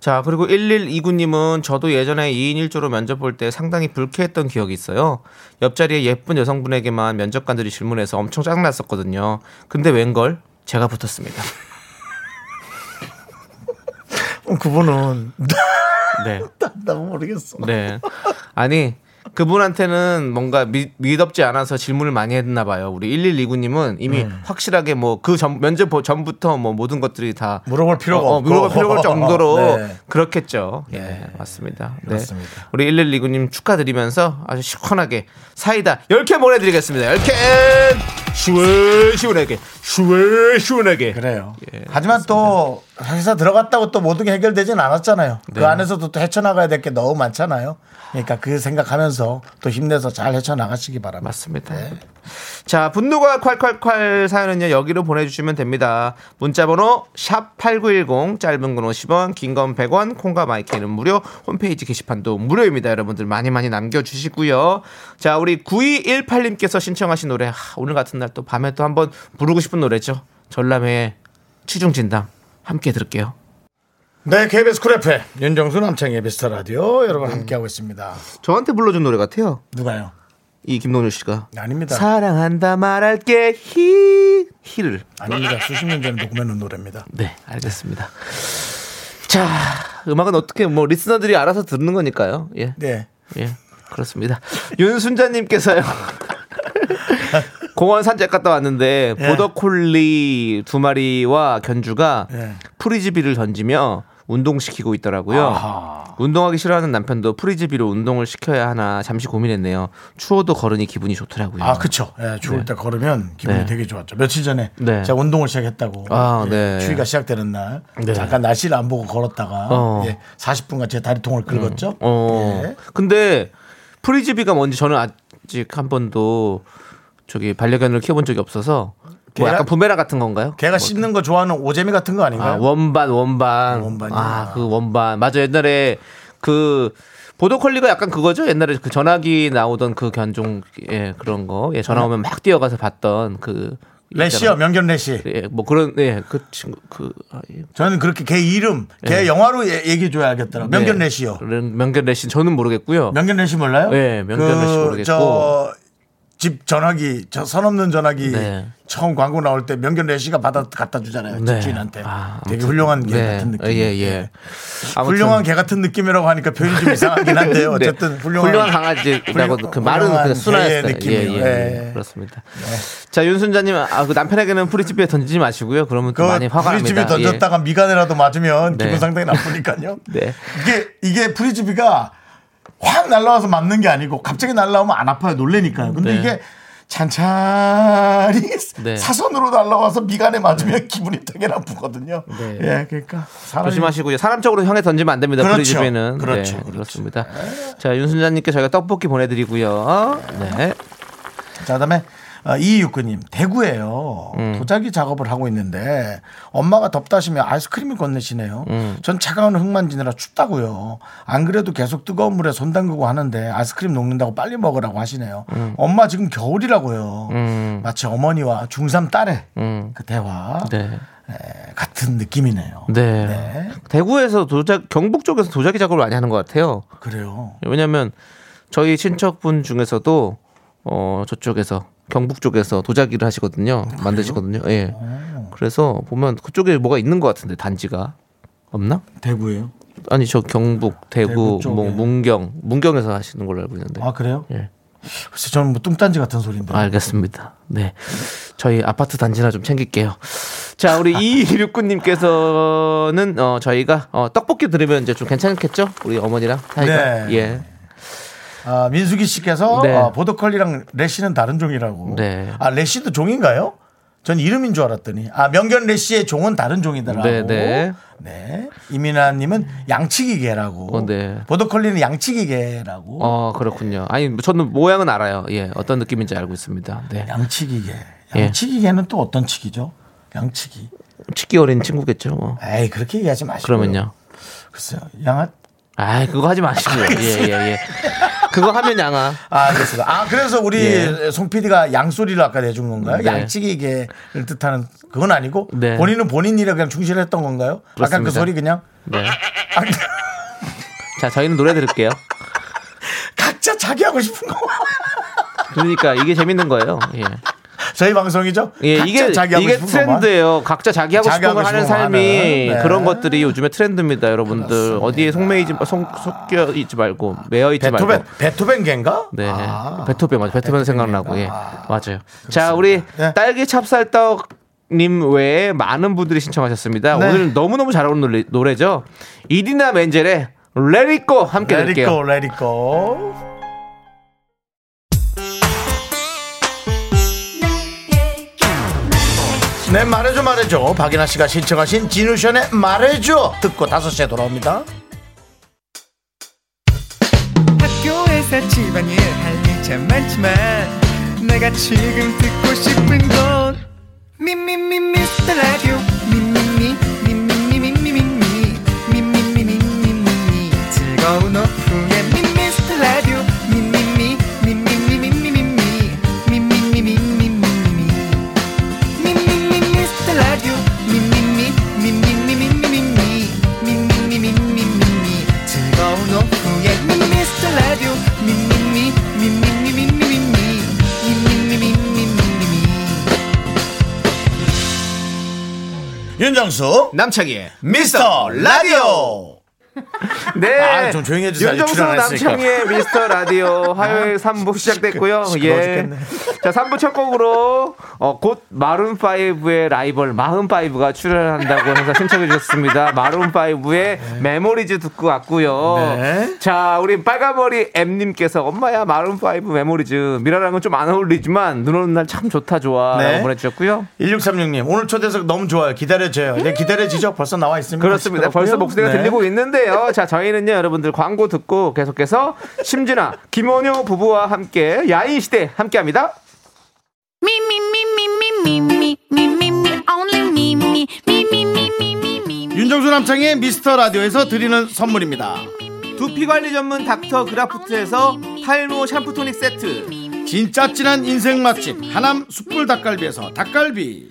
자, 그리고 1129님은 저도 예전에 2인 1조로 면접 볼 때 상당히 불쾌했던 기억이 있어요. 옆자리에 예쁜 여성분에게만 면접관들이 질문해서 엄청 짜증났었거든요. 근데 웬걸? 제가 붙었습니다. 어, 그분은 [laughs] 네. 나 모르겠어. 네. 아니 그분한테는 뭔가 미, 믿업지 않아서 질문을 많이 했나 봐요. 우리 1129님은 이미 음. 확실하게 뭐 그 전 면접 보- 전부터 뭐 모든 것들이 다 물어볼 필요가 어, 어, 없고. 물어볼 필요가 없을 [laughs] 정도로 네. 그렇겠죠. 예, 네. 맞습니다. 네. 그렇습니다. 우리 1129님 축하드리면서 아주 시원하게 사이다 10개 보내드리겠습니다. 10개 시원시원하게 시원시원하게 그래요. 하지만 또 회사 들어갔다고 또 모든 게 해결되진 않았잖아요. 네. 그 안에서도 또 헤쳐나가야 될 게 너무 많잖아요. 그러니까 그 생각하면서 또 힘내서 잘 헤쳐나가시기 바랍니다. 맞습니다. 네. 자, 분노가 콸콸콸 사연은요, 여기로 보내주시면 됩니다. 문자번호 샵8910, 짧은 건 50원, 긴 건 100원, 콩과 마이크는 무료, 홈페이지 게시판도 무료입니다. 여러분들 많이 많이 남겨주시고요. 자, 우리 9218님께서 신청하신 노래, 하, 오늘 같은 날 또 밤에 또 한번 부르고 싶은 노래죠. 전람회의 취중진담. 함께 들을게요. 네, KBS 쿨 FM 윤정수 남창의 미스터 라디오 여러분 함께하고 있습니다. 저한테 불러준 노래 같아요. 누가요? 이 김동률 씨가. 네, 아닙니다. 사랑한다 말할게, 히, 히를. 아닙니다. 수십 년 전에 녹음해 놓은 노래입니다. 네, 알겠습니다. 자, 음악은 어떻게 뭐 리스너들이 알아서 듣는 거니까요. 예. 네. 예. 그렇습니다. 윤순자 [laughs] 님께서요. 공원 산책 갔다 왔는데 예. 보더콜리 두 마리와 견주가 예. 프리즈비를 던지며 운동시키고 있더라고요. 운동하기 싫어하는 남편도 프리즈비로 운동을 시켜야 하나 잠시 고민했네요. 추워도 걸으니 기분이 좋더라고요. 아, 그쵸. 예, 추울 때 걸으면 기분이 음. 네. 되게 좋았죠. 며칠 전에 네. 제가 운동을 시작했다고. 아, 예, 네. 추위가 시작되는 날. 네. 잠깐 날씨를 안 보고 걸었다가 어. 예, 40분간 제 다리통을 긁었죠. 어. 예. 근데 프리즈비가 뭔지 저는 아직 한 번도 저기 반려견을 키워본 적이 없어서 뭐 걔가- 약간 부메랑 같은 건가요? 걔가 씹는 거 좋아하는 오재미 같은 거뭐 아, 아닌가요? 원반 원반. 원반이야. 아, 그 원반. 맞아. 옛날에 그 보더콜리가 약간 그거죠. 옛날에 그 전화기 나오던 그 견종 예, 그런 거. 예, 전화 오면 막 뛰어가서 봤던 그 레시요, 명견 레시. 예, 뭐 그런 예, 그 친구 그 아, 예. 저는 그렇게 걔 이름, 걔 영화로 얘기해 줘야 알겠더라. 명견 네. 레시요. 명견 레시 저는 모르겠고요. 명견 레시 몰라요? 그 네, 명견 레시 모르겠고. 저집 전화기, 저 선 없는 전화기 네. 처음 광고 나올 때 명견 레시가 받아 갖다 주잖아요. 네. 집주인한테. 아, 되게 훌륭한 개 네. 같은 느낌. 예, 예. 아무튼. 훌륭한 개 같은 느낌이라고 하니까 표현이 [laughs] 좀 이상하긴 한데 어쨌든 네. 훌륭한, 강아지라고 훌륭- 그 말은 훌륭한 그냥 개의 순화했어요. 느낌이에요. 예, 예, 예. 네. 예. 그렇습니다. 자 윤순자님, 아, 그 남편에게는 프리집에 던지지 마시고요. 그러면 그 또 많이 화가 납니다. 프리즈비 예. 던졌다가 미간에라도 맞으면 네. 기분 상당히 나쁘니까요. [laughs] 네. 이게 이게 프리즈비가 확 날라와서 맞는 게 아니고 갑자기 날라오면 안 아파요. 놀래니까요. 근데 네. 이게 찬찬히 네. 사선으로 날라와서 미간에 맞으면 [laughs] 기분이 되게 나쁘거든요. 네. 예, 그러니까 사람이 조심하시고요. 사람 쪽으로 향해 던지면 안 됩니다. 그렇죠. 프리집에는 그렇죠. 네, 그렇죠. 그렇습니다. 자 윤순자님께 저희가 떡볶이 보내드리고요. 네. 자, 그다음에 어, 이육구님 대구에요. 도자기 작업을 하고 있는데 엄마가 덥다시며 아이스크림을 건네시네요. 전 차가운 흙만지느라 춥다고요. 안 그래도 계속 뜨거운 물에 손 담그고 하는데 아이스크림 녹는다고 빨리 먹으라고 하시네요. 엄마 지금 겨울이라고요. 마치 어머니와 중3 딸의 그 대화 네. 에, 같은 느낌이네요. 네. 네. 대구에서 도자 경북 쪽에서 도자기 작업을 많이 하는 것 같아요. 그래요. 왜냐면 저희 친척분 중에서도 어 저쪽에서 경북 쪽에서 도자기를 아, 하시거든요. 만드시거든요. 예. 어. 그래서 보면 그쪽에 뭐가 있는 것 같은데 단지가 없나? 대구예요. 아니 저 경북 대구, 대구 쪽에. 뭐 문경 문경에서 하시는 걸로 알고 있는데. 아 그래요? 예. 글쎄 저는 뭐 뚱딴지 같은 소리인데. 알겠습니다. 네. 저희 아파트 단지나 좀 챙길게요. 자, [laughs] 우리 이육구님께서는 어, 저희가 어, 떡볶이 드리면 이제 좀 괜찮겠죠? 우리 어머니랑 사이가. 네. 예. 아, 민수기 씨께서 네. 아, 보더컬리랑 레시는 다른 종이라고. 네. 아 레시도 종인가요? 전 이름인 줄 알았더니 아 명견 레시의 종은 다른 종이더라고. 네, 네. 네. 이민아님은 양치기계라고. 어, 네. 보더컬리는 양치기계라고. 어, 그렇군요. 아니, 저는 모양은 알아요. 예. 어떤 느낌인지 알고 있습니다. 네. 양치기계. 예. 양치기계는 또 어떤 치기죠? 양치기. 치기 어린 친구겠죠, 뭐. 에이 그렇게 얘기하지 마시고. 그러면요. 글쎄요. 양아. 아, 그거 하지 마시고요. 예, 예, 예. 그거 하면 양아. 아, 알겠습니다. 아, 그래서 우리 예. 송 PD가 양소리를 아까 내준 건가요? 네. 양치기계를 뜻하는 그건 아니고 네. 본인은 본인 일에 그냥 충실했던 건가요? 아까 그 그렇습니다. 소리 그냥 아, 네. 자, 저희는 노래 들을게요. 각자 자기 하고 싶은 거. 그러니까 이게 재밌는 거예요. 예. 저희 방송이죠? 예, 각자 이게 자기 하고 이게 싶은 것만. 트렌드예요. 각자 자기 하고 자기 싶은 걸 하고 하는 싶은 거 삶이 하는. 네. 그런 것들이 요즘에 트렌드입니다, 여러분들. 어디에 속매이지 속, 섞여 있지 말고 매여 있지 베토벤 말고. 베토벤계인가? 네, 아. 베토벤 맞아. 베토벤 생각나고 예, 맞아요. 자, 우리 예. 딸기 찹쌀떡. 님 외에 많은 분들이 신청하셨습니다. 네. 오늘 너무너무 잘 어울리는 노래- 노래죠. 이디나 멘젤의 Let It Go 함께 레디고 들을게요. 레디고. 네 말해줘 말해줘 박인아 씨가 신청하신 진우션의 말해줘 듣고 5시에 돌아옵니다 학교에서 집안일 할 일 참 많지만 내가 지금 듣고 싶은 건 미미미 미스터 라디오 미미미 미미미 미미미 미미미 미미미 즐거운 오후에 미스터 라디오 미미미 미미미 미미미 미미미 미미미 윤정수 남창희의 미스터 라디오 네. 아, 좀 조용히 해주세요. 아직 윤정수 출연 안 했으니까. 아, 남창희의 미스터 라디오 화요일 3부 시작됐고요. 시끄러워 예. 죽겠네. 자, 3부 첫 곡으로 어, 곧 마룬 5의 라이벌 마흔 5가 출연한다고 해서 신청해 주셨습니다. 마룬 5의 메모리즈 듣고 왔고요. 아, 네. 자, 우리 빨간머리 M 님께서 엄마야 마룬 5 메모리즈 미라랑은 좀 안 어울리지만 눈 오는 날 참 좋다 좋아라고 네. 보내주셨고요. 1636님 오늘 초대석 너무 좋아요 기다려줘요 네 기다려지죠 벌써 나와 있습니다 그렇습니다. 벌써 시끄럽고요. 목소리가 네. 들리고 있는데요. 자, 저희는요, 여러분들 광고 듣고 계속해서 심진아, 김원효 부부와 함께 야인 시대 함께 합니다. 윤정수 남창의 미스터 라디오에서 드리는 선물입니다 두피 관리 전문 닥터 그라프트에서 탈모 샴푸 토닉 세트. 진짜 진한 인생 맛집 하남 숯불 닭갈비에서 닭갈비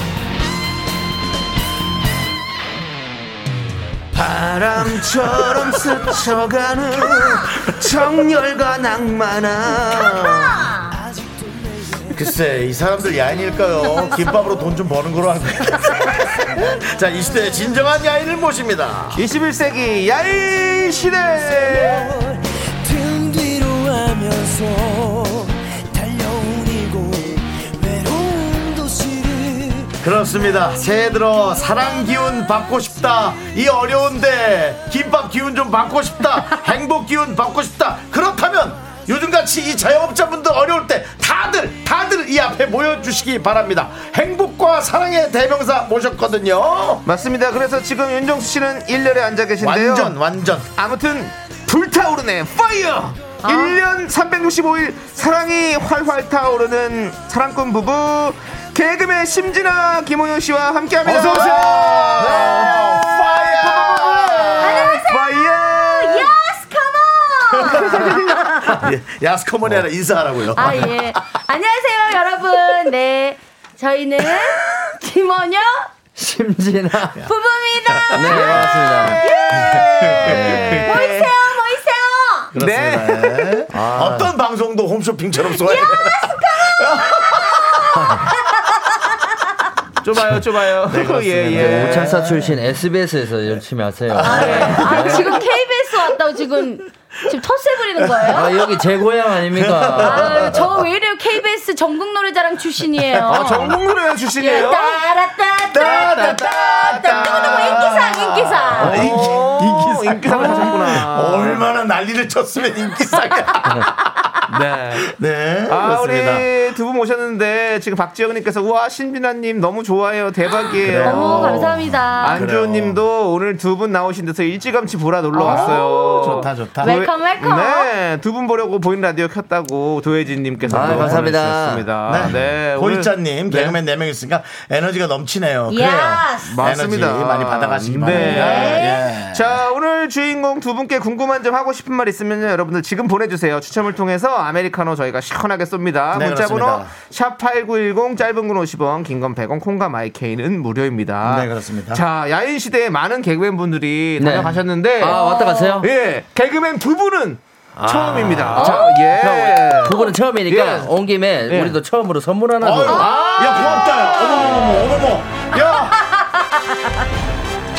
[laughs] 바람처럼 스쳐가는 정열과 낭만아. 글쎄 이 사람들 야인일까요? 김밥으로 돈 좀 버는 거로 [laughs] 하는 거예요. 자이 시대의 진정한 야인을 모십니다. 21세기 야인 시대! 등 뒤로 하면서 달려온 이곳 외로운 도시를 그렇습니다. 새해 들어 사랑 기운 받고 싶다. 이 어려운데 김밥 기운 좀 받고 싶다. [laughs] 행복 기운 받고 싶다. 그렇다면 요즘같이 이 자영업자분들 어려울 때 다들 다들 이 앞에 모여주시기 바랍니다. 행복과 사랑의 대명사 모셨거든요. 맞습니다. 그래서 지금 윤정수 씨는 일렬에 앉아 계신데요. 완전 완전 아무튼 불타오르네 파이어 일 1년 365일 사랑이 활활 타오르는 사랑꾼 부부 개그맨 심진아 김호연 씨와 함께합니다 어서 오세요. 파이어. 파이어 Yes, come [laughs] on! 예, 야스커머니라 인사하라고요. 아, 예. 안녕하세요, 여러분. 네. 저희는 김원효 심진아 부부입니다. 네 맞습니다 모이세요, 모이세요! 그렇습니다. 예. 어떤 방송도 홈쇼핑처럼 쏘아야 돼요. 좁아요 좁아요 예예 오창사 출신 SBS에서 열심히 하세요. 아, 예. 아, 지금 KBS 왔다고 지금, 지금 텃세 부리는 아 거예요? 여기 제 고향 아닙니까? 아, 저 왜 이래요? KBS 전국 노래자랑 출신이에요. 아 전국 노래 출신이에요 따라따따따따. 너무 인기상, 아, 인기상. 어. 어, 인기 인기상을 하셨구나 얼마나 난리를 쳤으면 인기상이야. 네. 네. 아, 그렇습니다. 우리 두 분 모셨는데 지금 박지영님께서 우와 신비나님 너무 좋아요 대박이에요. 너무 감사합니다. 안주님도 오늘 두 분 나오신 데서 일찌감치 보라 놀러 왔어요. 아, 좋다, 좋다. 웰- 웰컴, 웰컴. 네, 두 분 보려고 보인 라디오 켰다고 도혜진님께서 아, 감사합니다. 네, 네 오늘- 고이자님 네. 개그맨 4명 있으니까 에너지가 넘치네요. 그래요. Yes. 맞습니다. 에너지 많이 받아가시기 네. 바랍니다. 예. 자, 오늘 주인공 두 분께 궁금한 점 하고 싶은 말 있으면 여러분들 지금 보내주세요. 추첨을 통해서 아메리카노 저희가 시원하게 쏩니다. 네, 문자번호 그렇습니다. 샵8910 짧은 건 50원, 긴 건 100원, 콩과 마이케이는 무료입니다. 네, 그렇습니다. 자, 야인시대에 많은 개그맨 분들이 네. 다녀가셨는데. 아 왔다 가세요? 예, 개그맨 두 분은 아. 처음입니다. 자, 예. 두 분은 처음이니까 예. 온 김에 예. 우리도 아, 처음으로 선물 하나 어유, 줘. 야, 고맙다. 야. 어머머머, 어머머. 야!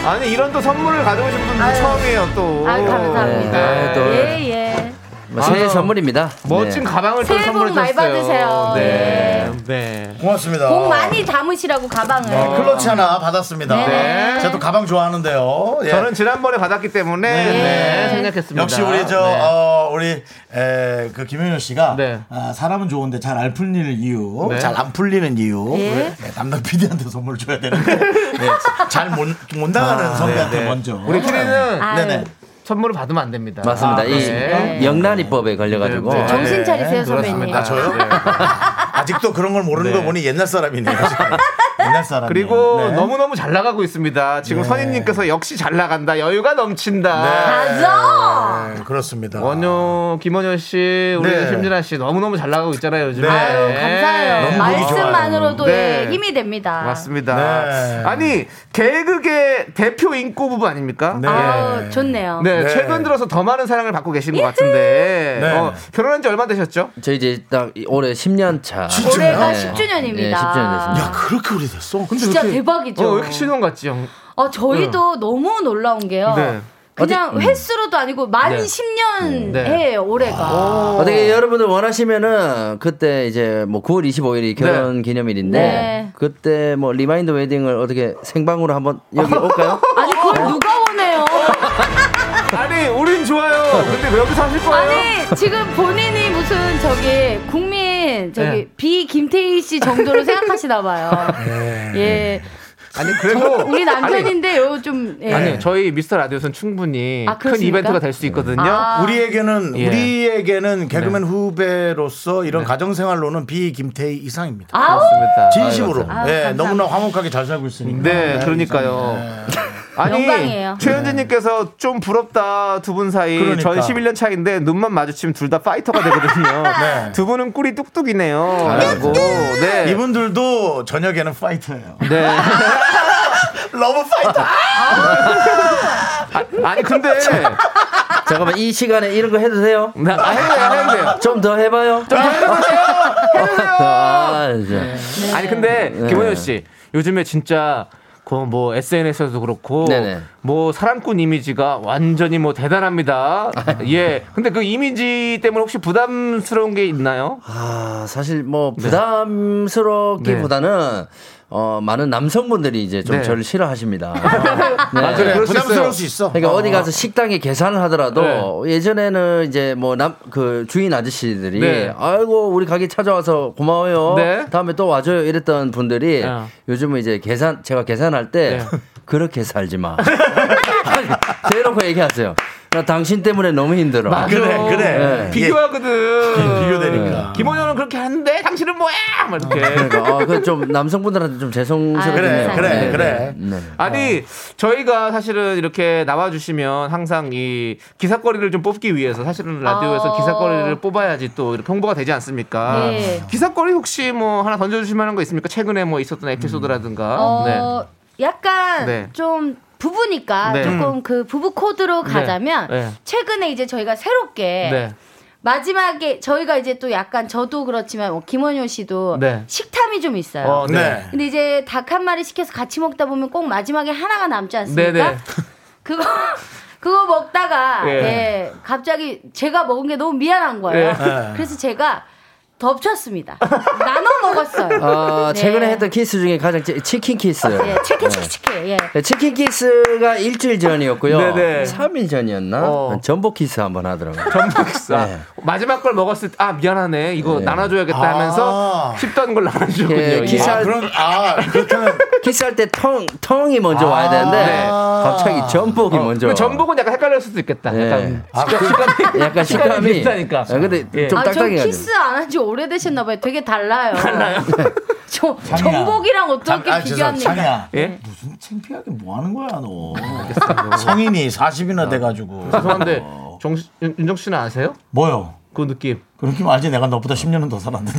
아니, 이런 또 선물을 가져오신 분들 처음이에요, 또. 아, 감사합니다. 네, 아, 또 예, 예. 뭐 새해 아, 선물입니다. 멋진 네. 가방을 또 새해 복 선물해 많이 주셨어요. 받으세요. 네. 네. 고맙습니다. 어, 복 많이 담으시라고 가방을. 클러치 하나 받았습니다. 네. 저도 가방 좋아하는데요. 예. 저는 지난번에 받았기 때문에 네, 생각했습니다. 역시 우리 저 네. 어, 우리 에, 그 김현효 씨가 네. 아, 사람은 좋은데 잘 안 풀리는 이유, 네. 잘 안 풀리는 이유 예. 네, 담당 PD한테 선물 을 줘야 되는데 네, 잘못 못 나가는 선배한테 네. 먼저 우리 PD는 아유, 네네 선물을 받으면 안 됩니다. 맞습니다. 아, 이 네. 영란이법에 걸려가지고 네, 네. 정신 차리세요, 선배님. 아 저요? [laughs] 아직도 그런 걸 모르는 네. 거 보니 옛날 사람이네요. [laughs] 옛날 네. 사람 그리고 너무너무 잘 나가고 있습니다. 지금 네. 선임님께서 역시 잘 나간다. 여유가 넘친다. 가자! 네, 그렇습니다. 원효, 김원효 씨, 우리 네. 심진아 씨 너무너무 잘 나가고 있잖아요, 요즘에. 아유, 감사해요. 너무 보기 좋아요. 말씀만으로도 네. 예, 힘이 됩니다. 맞습니다. 네. 아니, 개그계 대표 인꼬 부부 아닙니까? 네. 아우, 좋네요. 네, 네. 최근 들어서 더 많은 사랑을 받고 계신 것 같은데 네. 어, 결혼한 지 얼마 되셨죠? 어, 저 이제 딱 올해 10년 차. 올해가 아, 10주년입니다. 네. 아, 네, 10주년 됐습니다. 야 그렇게 오래됐어? 근데 진짜 이렇게- 대박이죠. 어, 왜 이렇게 신혼 같지? 형? 어, 저희도 너무 놀라운 게요. 네. 그냥 횟수로도 아니고 만 음. 네. 10년 네. 해요, 올해가. 어떻게 예, 여러분들 원하시면은 그때 이제 뭐 9월 25일이 결혼 기념일인데 네. 그때 뭐 리마인드 웨딩을 어떻게 생방으로 한번 여기 올까요? 아니, 그걸 누가 오네요. 아니, 우린 좋아요. 근데 왜 여기서 하실 거예요? 아니, 지금 본인이 무슨 저기 국민 저기 네. 비 김태희 씨 정도로 생각하시나 봐요. 네. 예. 아니, 그래도 우리 남편인데요, 좀. 예. 아니, 아니, 저희 미스터 라디오에서는 충분히 아, 큰 그렇습니까? 이벤트가 될 수 있거든요. 아. 우리에게는 예. 네. 우리에게는 개그맨 후배로서 이런 가정 생활로는 비 김태희 이상입니다. 아우! 맞습니다. 진심으로 아유, 예, 감사합니다. 너무나 화목하게 잘 살고 있으니까. 네, 그러니까요. 아니, 영광이에요. 최현진님께서 좀 부럽다, 두 분 사이. 그러니까. 저희 11년 차인데 눈만 마주치면 둘 다 파이터가 [laughs] 되거든요. 네. 아, 두 분은 꿀이 뚝뚝이네요. 라고. 네. 이분들도 저녁에는 파이터예요. 아, 네. 러브 파이터. 아니, [laughs] 근데. 잠깐만 이 시간에 이런 거 해도 돼요? 나- 아, 해도 돼요, 해도 돼요. 좀 더 해봐요. 좀 더 해봐요. 아, 진짜. 네. 아니 근데 김원효 씨 요즘에 진짜 그 뭐 SNS에도 그렇고 네네. 뭐 사람꾼 이미지가 완전히 뭐 [laughs] 대단합니다. 예. 근데 그 이미지 때문에 혹시 부담스러운 게 있나요? 아, 사실 뭐 부담스럽기보다는 어, 많은 남성분들이 이제 좀 네. 저를 싫어하십니다. 아, 그래. 그럴 수 부담스러울 있어요. 수 있어. 그러니까 아. 어. 어. 디 가서 식당에 계산을 하더라도 예전에는 이제 뭐 남 그 주인 아저씨들이 네. 아이고 우리 가게 찾아와서 고마워요. 네. 다음에 또 와줘요 이랬던 분들이 어. 요즘은 이제 계산 제가 계산할 때 네. 그렇게 살지 마. 아니, 대놓고 얘기하세요. 나 당신 때문에 너무 힘들어. 맞아. 그래, 그래. 비교하거든. 예. 비교되니까. 김원현은 그렇게 하는데 당신은 뭐야? 막 [laughs] 이렇게. 그러니까 어, 그좀 남성분들한테 좀 아, 죄송스럽네요. 네. 아니 어. 저희가 사실은 이렇게 나와주시면 항상 이 기사거리를 좀 뽑기 위해서 사실은 라디오에서 어. 기사거리를 뽑아야지 또 이렇게 홍보가 되지 않습니까? 예. 기사거리 혹시 뭐 하나 던져주실 만한 거 있습니까? 최근에 뭐 있었던 에피소드라든가. 어, 네. 약간 네. 좀 부부니까 네. 조금 그 부부 코드로 네. 가자면 네. 최근에 이제 저희가 새롭게 네. 마지막에 저희가 이제 또 약간 저도 그렇지만 뭐 김원효 씨도 네. 식탐이 좀 있어요. 어, 네. 근데 이제 닭 한 마리 시켜서 같이 먹다 보면 꼭 마지막에 하나가 남지 않습니까? 네네. 그거 그거 먹다가 예. 예. 갑자기 제가 먹은 게 너무 미안한 거예요. 네. 예. 그래서 제가 덮쳤습니다. 나눠 [laughs] 먹었어요. 어, 네. 최근에 했던 키스 중에 가장 치- 치킨 키스. 예, 치킨 치킨 치킨. 예. 네, 치킨 키스가 일주일 전이었고요. 네네. 어. 3일 전이었나? 전복 키스 한번 [laughs] 하더라고요. 전복 키스. 마지막 걸 먹었을 때 아 미안하네 이거 나눠줘야겠다 네. 아. 하면서 씹던 걸 나눠주거든요. 예, 키스할, 키스할 때 텅, 텅이 먼저 와야 되는데, 네. 갑자기 전복이 먼저. 그 와. 전복은 약간 헷갈릴 수도 있겠다. 예. 약간 아, 식감- 그- [laughs] 식감이 약간 식감이- 비슷하니까. 예. 아, 근데 좀 아, 저 딱딱해가지고. 키스 안 한 지 오래되셨나 봐요. 되게 달라요. 달라요? [laughs] 저 장이야. 전복이랑 어떻게 아, 죄송합니다. 장이야. 비교합니까? 무슨 창피하게 뭐 하는 거야, 너. 성인이 40이나 돼가지고. 아, 죄송한데 어. 정, 윤- 윤정 씨는 아세요? 뭐요? 그 느낌. 그 느낌 알지? 내가 너보다 10년은 더 살았는데.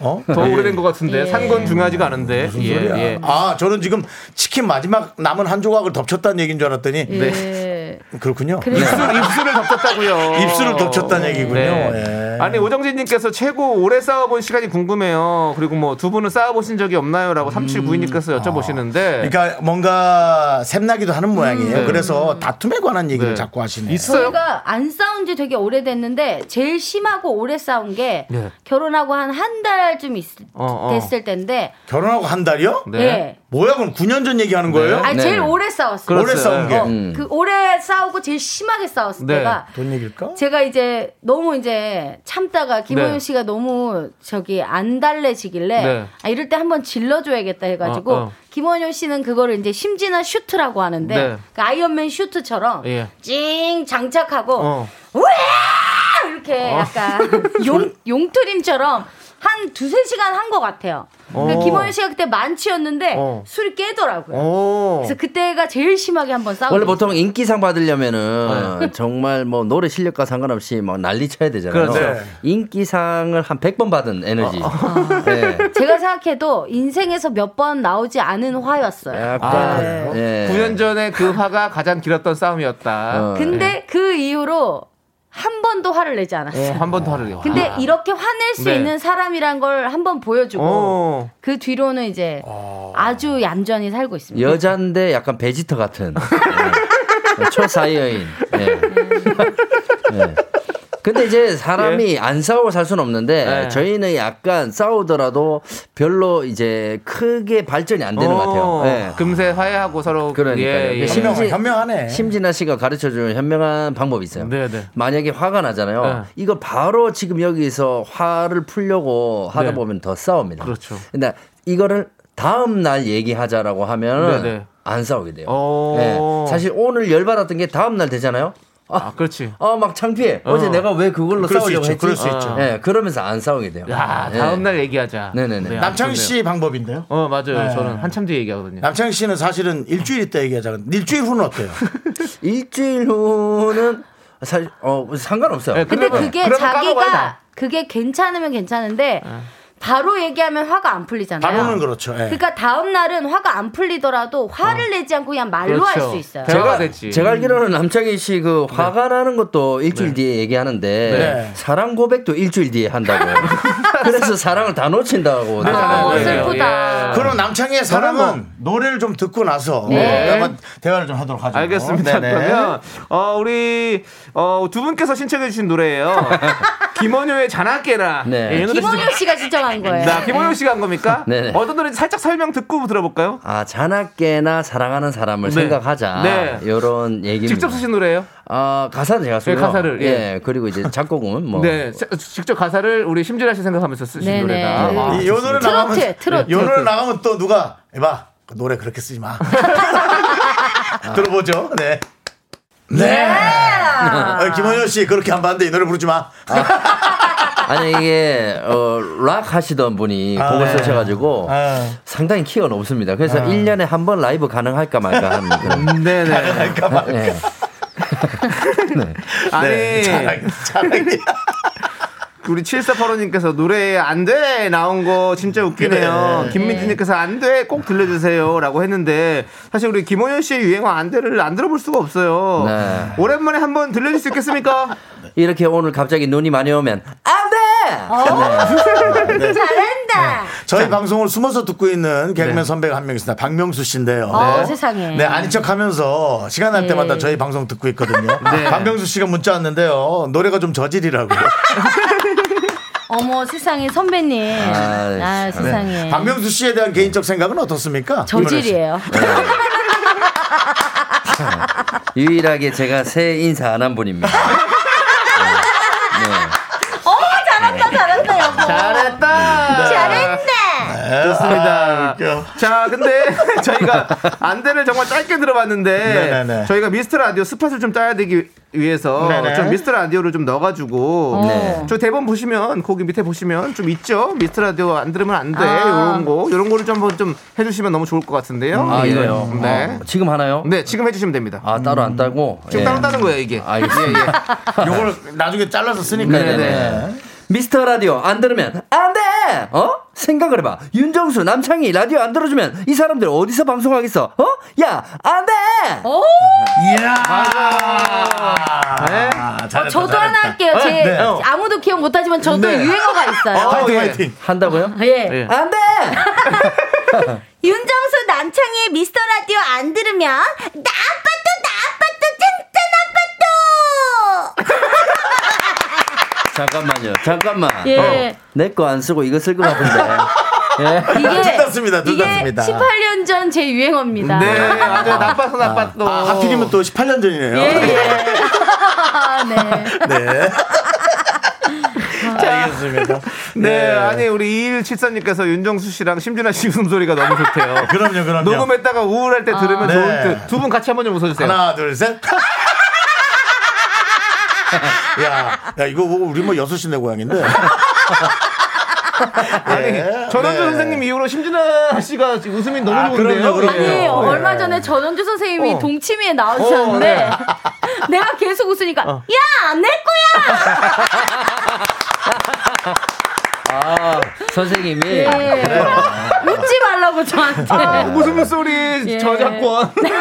어? 더 오래된 것 같은데 예. 산 건 중요하지가 않은데. 예, 무슨 소리야. 아, 저는 지금 치킨 마지막 남은 한 조각을 덮쳤다는 얘기인 줄 알았더니. 네. 그렇군요. 예. 입술, 입술을 덮쳤다고요. 입술을 덮쳤다는 얘기군요. 예. 네. 아니 오정진님께서 최고 오래 싸워본 시간이 궁금해요. 그리고 뭐 두 분은 싸워보신 적이 없나요?라고 3792님께서 여쭤보시는데 [laughs] 음. 아. 그러니까 뭔가 샘나기도 하는 모양이에요. 네. 그래서 다툼에 관한 얘기를 자꾸 하시네요. 저희가 안 싸운 지 되게 오래됐는데 제일 심하고 오래 싸운 게 예. 네. 결혼하고 한 한 달쯤 있- 어, 어. 됐을 때인데 결혼하고 한 달이요? 네. 네. 뭐야 그럼 9년 전 얘기하는 네. 거예요? 아니 제일 오래 싸웠어요. 오래 싸운 게. 어, 그 오래 싸우고 제일 심하게 네. 싸웠을 때가 돈 얘기일까? 제가 이제 너무 이제 참다가 네. 김호윤 씨가 너무 저기 안 달래지길래 네. 아, 이럴 때 한번 질러줘야겠다 해가지고 어, 어. 김호윤 씨는 그거를 이제 심진아 슈트라고 하는데 네. 그 아이언맨 슈트처럼 예. 찡 장착하고 어. 와 이렇게 어. [laughs] 약간 용 용트림처럼 한 두세 시간 한 것 같아요. 그러니까 어. 김호윤 씨가 그때 만취였는데 어. 술이 깨더라고요. 오. 그래서 그때가 제일 심하게 한번 싸우고 어. 원래 보통 인기상 받으려면은 네. 정말 뭐 노래 실력과 상관없이 막 난리 쳐야 되잖아요. 그렇죠. 네. 인기상을 한 100번 받은 에너지. 네. 어. [laughs] 제가 생각해도 인생에서 몇 번 나오지 않은 화였어요. 아, 네. 약간, 예. 아, 9년 전에 그 화가 가장 길었던 어. 싸움이었다. 근데 그 이후로 한 번도 화를 내지 예. 어, 않았어요. 네. 한 번 더 화를 내요. 근데 아. 이렇게 화낼 수 네. 어. 있는 사람이란 걸 한 번 보여주고 오. 그 뒤로는 이제 아주 얌전히 살고 있습니다. 여잔데 약간 [laughs] 베지터 같은 예. 초사이어인. 예. 네. 예. 근데 이제 사람이 안 싸우고 살 수는 없는데 예. 네. 저희는 약간 싸우더라도 별로 이제 크게 발전이 안 되는 것 어, 같아요. 예. 금세 화해하고 서로 그러니까요. 예, 예. 현명하네. 심진아 씨가 가르쳐 주는 현명한 방법이 있어요. 만약에 화가 나잖아요. 네. 이거 바로 지금 여기서 화를 풀려고 하다 네. 보면 더 싸웁니다. 그렇죠. 근데 이거를 다음 날 얘기하자라고 하면 네, 어. 네. 안 싸우게 돼요. 오. 네. 사실 오늘 열받았던 게 다음 날 되잖아요. 아, 그렇지. 아, 막 창피해. 어. 제 어. 내가 왜 그걸로 그럴 수 싸우려고 있죠, 했지? 그럴 수 있죠. 네, 그러면서 안 싸우게 돼요. 야, 네. 다음 날 얘기하자. 네네네. 남창희 씨 방법인데요? 어, 맞아요. 네. 저는 한참 뒤에 얘기하거든요. 남창희 씨는 사실은 일주일 있다 얘기하자. 일주일 후는 [laughs] 어때요? 일주일 후는 사실 어 네, 상관없어요. 근데 그게 그러면 까먹어요, 다. 네. 자기가 그게 괜찮으면 괜찮은데 바로 얘기하면 화가 안 풀리잖아요. 바로는 그렇죠, 예. 그러니까 다음 날은 화가 안 풀리더라도 화를 내지 않고 그냥 말로 할 수 있어요. 제가 그렇죠. 됐지. 음. 제가 알기로는 남창희 씨 그 화가 나는 것도 일주일 뒤에 얘기하는데 네. 사랑 고백도 일주일 [laughs] 뒤에 한다고. 그래서 사랑을 다 놓친다고. 네, 하잖아요. 예. 그럼 남창희의 사랑은 저는 노래를 좀 듣고 나서 네. 한번 대화를 좀 하도록 하죠. 알겠습니다. 네네. 그러면 어, 우리 [laughs] 어, 두 분께서 신청해 주신 노래예요. 김원효의 자나깨라. 네. 이 노래 진짜 김원효 씨가 신청한 한 거예요. 나 김호영 씨가 한 겁니까? 네네. 어떤 노래인지 살짝 설명 듣고 들어볼까요? 아, 자나깨나 사랑하는 사람을 네. 생각하자. 네. 요런 얘기입니다. 직접 쓰신 노래예요? 아, 가사는 제가 쓰고요. 네, 가사를, 예. 그리고 이제 작곡은 뭐 네, 세- 직접 가사를 우리 심진아 씨 생각하면서 쓰신 네네. 노래다. 아. 네. 와. 이 노래 나가면 아, 트로트, 트로트. 요 노래 나가면 또 누가 해봐 그 노래 그렇게 쓰지 [laughs] 마. 들어보죠. 네. 네. 어, 김원효 씨 그렇게 안 봤는데 이 노래 부르지 마. 아니 이게 어, 락 하시던 분이 아, 곡을 네. 쓰셔가지고 아. 상당히 키가 높습니다. 그래서 일 1년에 한 번 라이브 가능할까 말까 하는 그런. 음. 네네. 예. 아니 네. [laughs] 잘하긴 잘하긴. 우리 7485님께서 노래 안 돼 나온 거 진짜 웃기네요. 그래. 김민지님께서 안 돼 꼭 들려주세요라고 했는데 사실 우리 김호연 씨의 유행어 안 돼를 안 들어볼 수가 없어요. 네. 오랜만에 한번 들려줄 수 있겠습니까? 이렇게 오늘 갑자기 눈이 많이 오면 안 돼! 어, 네. 잘한다. 저희 방송을 숨어서 듣고 있는 개그맨 선배가 한 명 있습니다. 박명수 씨인데요. 네. 어, 세상에. 네, 아닌 척 하면서 시간 날 네. 때마다 저희 방송 듣고 있거든요. 네. 박명수 씨가 문자 왔는데요. 노래가 좀 저질이라고. 어머 세상에 선배님. 아이씨. 네. 아, 세상에. 네. 박명수 씨에 대한 개인적 생각은 어떻습니까? 저질이에요. 유일하게 제가 새해 인사 안 [laughs] 한 분입니다. 네. 어 잘한다 잘한다 여보. 잘했다. 잘했네. 좋습니다. 아, 웃겨. 자, 근데 [laughs] 저희가 안대를 정말 짧게 들어봤는데 네네네. 저희가 미스터 라디오 스팟을 좀 짜야 되기 위해서 네네. 네. 좀 미스터 라디오를 좀 넣어가지고 저 대본 보시면 거기 밑에 보시면 좀 있죠 미스터 라디오 안 들으면 안돼 아. 이런 거 이런 거를 좀 한번 좀 해주시면 너무 좋을 것 같은데요. 아, 예. 이거요? 네. 어, 지금 하나요? 네, 지금 해주시면 됩니다. 아, 따로 안 따고? 지금 예. 따로 따는 거예요 이게. 알겠습니다. 이걸 예, 나중에 잘라서 쓰니까. 네네네. 미스터 라디오 안 들으면 안 돼! 어? 생각을 해봐. 윤정수, 남창희 라디오 안 들어주면 이 사람들 어디서 방송하겠어? 어? 야, 안 돼! 오 이야. 네? 아, 잘했다, 어, 저도 잘했다. 하나 할게요. 제 네. 아무도 기억 못하지만 저도 네. 유행어가 아, 있어요. 화이팅 예. 화이팅. 한다고요? 예. 예. 안 돼! 윤정수 남창희의 미스터 라디오 안 들으면 나 아빠도 나 아빠도 진짜 나 아빠도. 잠깐만요. 잠깐만. 어. 예. 내 거 안 쓰고 이거 쓸 [laughs] 것 같은데. 예. 이게 듣났습니다, 이게 듣났습니다. 18년 전 제 유행어입니다. 네, 맞아요. 나빠서 나빠도. 아, 하필이면 또 18년 전이네요. 예, 예. 네. [laughs] 네. 알겠습니다. 네, 네. 아니 우리 2174님께서 윤정수 씨랑 심준아 씨 웃음소리가 너무 좋대요. [laughs] 그럼요, 그럼요. 녹음했다가 우울할 때 들으면 네. 좋은 듯. 두분 같이 한번 좀 웃어주세요. 하나, 둘, 셋. 야, 야, 이거 보고 우리 뭐 6시 내 고향인데. 아니 네. 전원주 네. 선생님 이후로 심준아 씨가 웃음이 너무 아, 좋은데요. 그럼요, 아니 그럼요. 예. 얼마 전에 전원주 선생님이 어. 동치미에 나오셨는데 내가 계속 웃으니까 야, 내 거야. 아, 선생님이. 예. 웃지 말라고 저한테. 네. 네. 그 웃음 소리 예. 저작권. 네.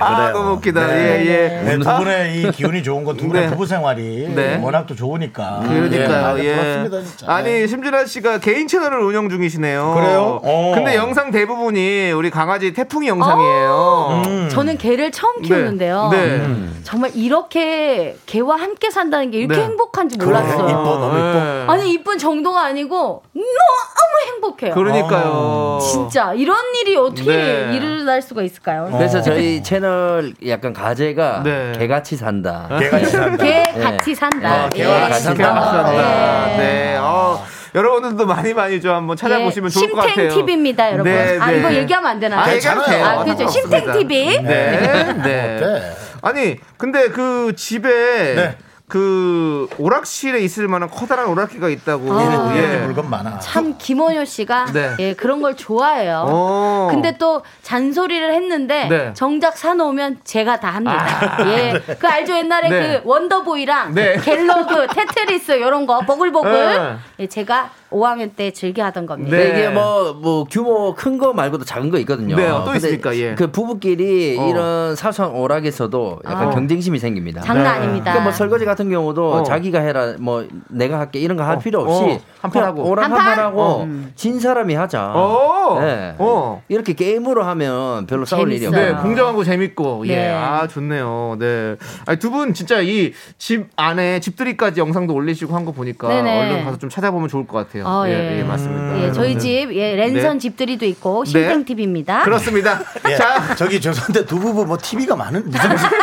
아 그래요. 너무 웃기다. 네. 예 예. 네, 두 분의 이 기운이 좋은 건 두 분의 네. 부부 생활이 네. 워낙 또 좋으니까. 그러니까요. 네, 예. 그렇습니다, 진짜. 네. 아니 심준아 씨가 개인 채널을 운영 중이시네요. 그래요? 어. 근데 영상 대부분이 우리 강아지 태풍이 영상이에요. 음. 저는 개를 처음 네. 키우는데요. 네. 정말 이렇게 개와 함께 산다는 게 이렇게 네. 행복한지 그래, 몰랐어요. 이뻐, 너무 이뻐. 네. 아니 이쁜 정도가 아니고 너무 행복해요. 어. 그러니까요. 진짜 아, 이런 일이 어떻게 네. 일어날 수가 있을까요? 그래서 저희 채널 약간 가제가 네. 개같이 산다. 개가 예. 지난다. 개 네. 같이 산다. 아, 개와 예. 같이 산다. 개막산다. 예. 네. 어, 여러분들도 많이 많이 좀 한번 찾아보시면 좋을 것 같아요. 심탱 TV입니다, 여러분. 네, 아 네. 이거 얘기하면 안 되나요? 아, 얘기하면 돼요. 아, 그죠. 심탱 TV. 네. 네. 어때? 아니, 근데 그 집에 네. 그 오락실에 있을 만한 커다란 오락기가 있다고. 아. 이렇게 예. 네, 물건 많아. 참 김원효 씨가 네. 예, 그런 걸 좋아해요. 오. 근데 또 잔소리를 했는데 네. 아. 정작 사놓으면 제가 다 합니다. 예, 그 알죠 옛날에 네. 그 원더보이랑 네. 갤러그, 테트리스 이런 거 보글보글 네. 예, 제가 5학년 때 즐겨 하던 겁니다. 근데 이게 뭐, 뭐, 규모 큰 거 말고도 작은 거 있거든요. 네, 또 근데 있으니까, 예. 그 부부끼리 어. 이런 사소한 오락에서도 약간 어. 경쟁심이 생깁니다. 장난 아닙니다. 그러니까 뭐 설거지 같은 경우도 어. 자기가 해라, 뭐, 내가 할게 이런 거 할 필요 없이. 어. 한판 하고. 오락 한 한판, 판? 하고 어. 음. 진 사람이 하자. 어. 네. 어. 이렇게 게임으로 하면 별로 싸울 일이 네, 없어요. 공정하고 재밌고. 예. 네. 아, 좋네요. 네. 아니, 두 분 진짜 이 집 안에 집들이까지 영상도 올리시고 한 거 보니까 네네. 얼른 가서 좀 찾아보면 좋을 것 같아요. 어, 예, 예. 예, 맞습니다. 예, 저희 집 예, 랜선 네. 집들이도 있고 네. 신생TV입니다. [laughs] 그렇습니다. 예, 자. 저기 죄송한데 두 부부 뭐 TV가 많은 무슨 무슨 [laughs]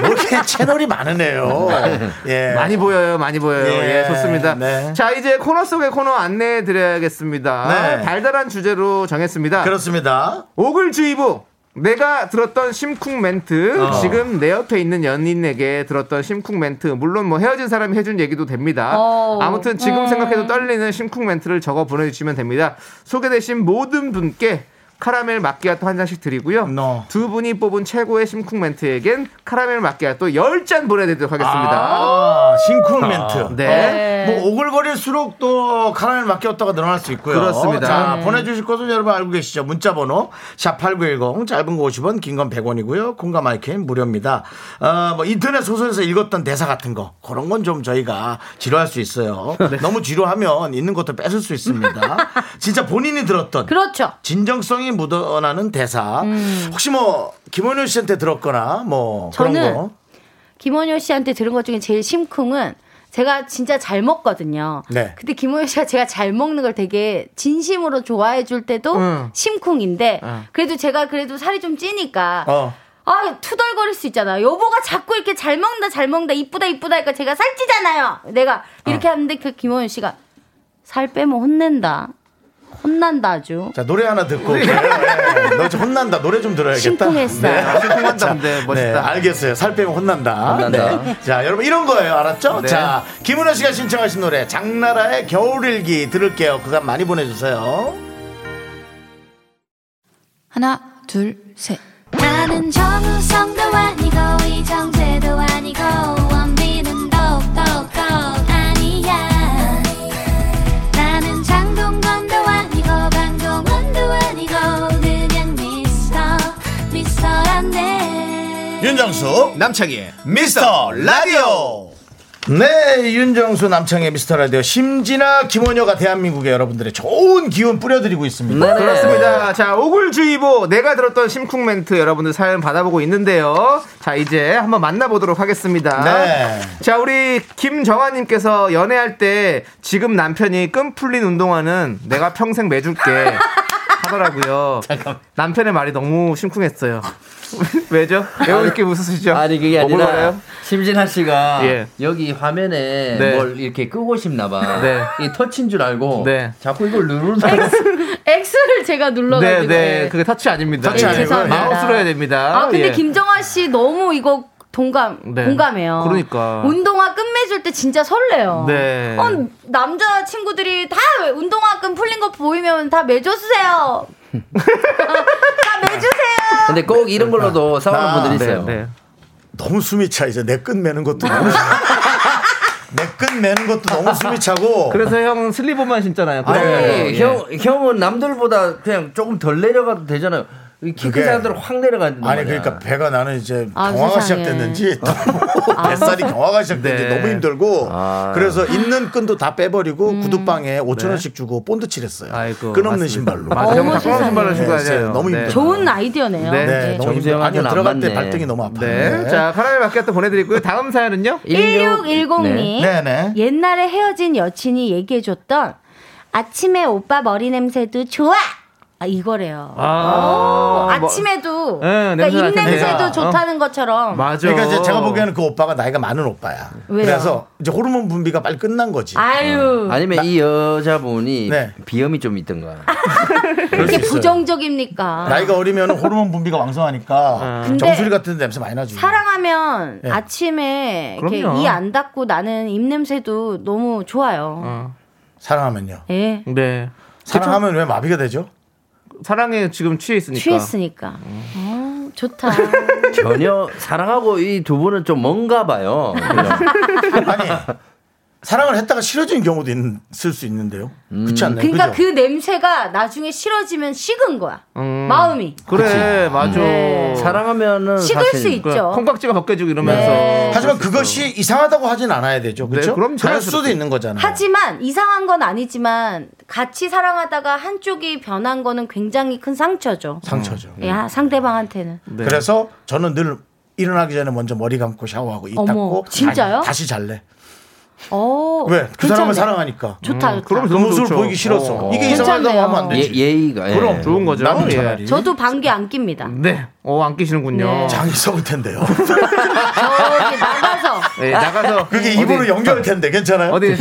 뭐 이렇게 채널이 [laughs] 많으네요. 예. 많이 보여요, 많이 보여요. 예, 예, 좋습니다. 네. 자, 이제 코너 속의 코너 안내해 드려야겠습니다. 네. 달달한 주제로 정했습니다. 그렇습니다. 오글주의보. 내가 들었던 심쿵 멘트, 어. 지금 내 옆에 있는 연인에게 들었던 심쿵 멘트, 물론 뭐 헤어진 사람이 해준 얘기도 됩니다. 어. 아무튼 지금 네. 음. 생각해도 떨리는 심쿵 멘트를 적어 보내주시면 됩니다. 소개되신 모든 분께 카라멜 마끼아토 한 잔씩 드리고요. 어. 두 분이 뽑은 최고의 심쿵 멘트에겐 카라멜 마끼아토 10잔 보내드리도록 하겠습니다. 아, 심쿵 멘트. 네. 어? 뭐 오글거릴수록 또 카라멜 맡겼다가 늘어날 수 있고요. 그렇습니다. 자, 네. 보내주실 곳은 여러분 알고 계시죠? 문자번호 샵8910 짧은 거 50원, 긴 건 100원이고요. 콩과 마이크는 무료입니다. 어, 뭐 인터넷 소설에서 읽었던 대사 같은 거 그런 건 좀 저희가 지루할 수 [laughs] 있어요. 네. 너무 지루하면 있는 것도 뺏을 수 있습니다. 진짜 본인이 들었던 그렇죠. 음. 진정성이 묻어나는 대사. 혹시 뭐 김원효 씨한테 들었거나 뭐 그런 저는 거. 김원효 씨한테 들은 것 중에 제일 심쿵은 제가 진짜 잘 먹거든요. 네. 근데 김원효 씨가 제가 잘 먹는 걸 되게 진심으로 좋아해 줄 때도 응. 심쿵인데 응. 그래도 제가 그래도 살이 좀 찌니까 어. 아 투덜거릴 수 있잖아요. 여보가 자꾸 이렇게 잘 먹는다 잘 먹는다 이쁘다 이쁘다 하니까 제가 살찌잖아요. 내가 이렇게 하는데 그 김원효 씨가 살 빼면 혼낸다. 혼난다 아주. 자 노래 하나 듣고 [laughs] 올게요. 예, 너좀 혼난다 노래 좀 들어야겠다. 심쿵했어요. 아, 심쿵한다, 자, 근데 멋있다. 네, 알겠어요. 살 빼면 혼난다. 혼난다. 네. 자 여러분 이런 거예요. 알았죠? 네. 자 김은호 씨가 신청하신 노래 장나라의 겨울일기 들을게요. 그간 많이 보내주세요. 하나, 둘, 셋. 나는 정우성도 아니고 이정재도 아니고 원빈은 더욱더 아니야 나는 장동건도 아니고 강동원도 아니고 그냥 미스터 미스터란데 윤정수 남창희 미스터 라디오 네 윤정수 남창희 미스터 라디오 심지나 김원효가 대한민국의 여러분들의 좋은 기운 뿌려드리고 있습니다 네. 그렇습니다. 자, 오글주의보 내가 들었던 심쿵 멘트 여러분들 사연 받아보고 있는데요. 자, 이제 한번 만나보도록 하겠습니다. 네. 자, 우리 김정아님께서 연애할 때 지금 남편이 끈 풀린 운동화는 내가 평생 매줄게 [laughs] 하더라고요. 남편의 말이 너무 심쿵했어요. [laughs] 왜죠? 왜 이렇게 웃으시죠? 아니 그게 아니라 오글거려요? 심진아 씨가 뭐 예. 여기 화면에 네. 뭘 이렇게 끄고 싶나 봐. 네. 이 터치인 줄 알고 네. 자꾸 이걸 누르다. X를 제가 네, 눌러가지고. 네. 그게 터치 아닙니다. 터치 예, 아니고요. 죄송합니다. 마우스로 해야 됩니다. 아 근데 예. 김정아 씨 너무 이거 동감 네. 공감해요. 그러니까. 운동화 끝매줄 때 진짜 설레요. 네. 어, 남자 친구들이 다 운동화 끈 풀린 거 보이면 다 매줘주세요. 근데 꼭 이런 아, 걸로도 싸우는 나- 분들이 있어요. 네, 너무 숨이 차 이제 내 끈 매는 것도 너무 내끈 매는 것도 너무 숨이 차고 그래서 형 슬리퍼만 신잖아요. 아니 네. 예. 형 형은 남들보다 그냥 조금 덜 내려가도 되잖아요. 키 큰 그게- 사람들은 확 내려가는 아니 그러니까 배가 나는 이제 아, 경화가 세상에. 시작됐는지 아. 너무 뱃살이 경화가 시작됐는지 네. 너무 힘들고 아. 그래서 있는 끈도 다 빼버리고 구두방에 5천 원씩 주고 본드 칠했어요. 끈없는 음. 네. 맞습니다. 신발로. 맞아요. 어머, 끈없는 세상에. 신발로 신고 진짜 다녀요. 너무 네. 힘들어. 좋은 아이디어네. 요 네. 너무 힘들어. 아니 들어갈 때 발등이 너무 아파요. 네. 자, 카라멜 마키아토 보내드리고요. 다음 사연은요? 1610님 네. 옛날에 헤어진 여친이 얘기해줬던 아침에 오빠 머리 냄새도 좋아 아, 이거래요. 아. 오, 뭐- 아침에도 네, 그러니까 냄새 날 텐데. 입냄새도 어. 좋다는 것처럼 그러니까 이제 그렇죠. 제가 보기에는 그 오빠가 나이가 많은 오빠야. 왜요? 그래서 이제 호르몬 분비가 빨리 끝난 거지. 아유. 어. 아니면 이 여자분이 네. 비염이 좀 있던가. [laughs] 이렇게 아. 부정적입니까? 나이가 어리면 호르몬 분비가 왕성하니까 근데 정수리 같은 냄새 많이 나죠. 사랑하면 네. 아침에 이렇게 그럼요. 이 안 닦고 나는 입 냄새도 너무 좋아요. 사랑하면요. 예. 어. 네. 사랑하면 왜 마비가 되죠? 사랑에 지금 취해 있으니까. 취했으니까. 어, [laughs] 좋다. [laughs] 전혀 사랑하고 이 두 분은 좀 뭔가 봐요. 그죠? 사랑을 했다가 싫어지는 경우도 있는, 있을 수 있는데요. 그렇지 않나요? 그러니까 네, 그죠? 그 냄새가 나중에 싫어지면 식은 거야. 음. 마음이. 어. 그래 맞아 네. 사랑하면은 식을 수 있죠. 네. 콩깍지가 벗겨지고 이러면서 하지만 그것이 이상하다고 하진 않아야 되죠. 그렇죠? 네, 그럼 그럴 자연스럽게. 수도 있는 거잖아요. 하지만 이상한 건 아니지만 같이 사랑하다가 한쪽이 변한 거는 굉장히 큰 상처죠. 음. 상처죠. 야 상대방한테는. 그래서 저는 늘 일어나기 전에 먼저 머리 감고 샤워하고 이 어머, 닦고 진짜요? 다, 시 잘래. 어. 왜? 그 괜찮네. 사람을 사랑하니까. 좋다, 좋다. 그럼 그 너무 모습을 좋죠. 보이기 싫었어. 어. 이게 이상하다고 괜찮네요. 하면 안 되지. 예, 예의가 예. 그럼 좋은 거죠. 나는 예. 차라리. 저도 방귀 안 낍니다. 네. 어, 안 끼시는군요. 네. 장이 썩을 텐데요. 저기 나가서 예, [laughs] 나가서 그게 입으로 어디- 연결 텐데 괜찮아요? 어디 [laughs]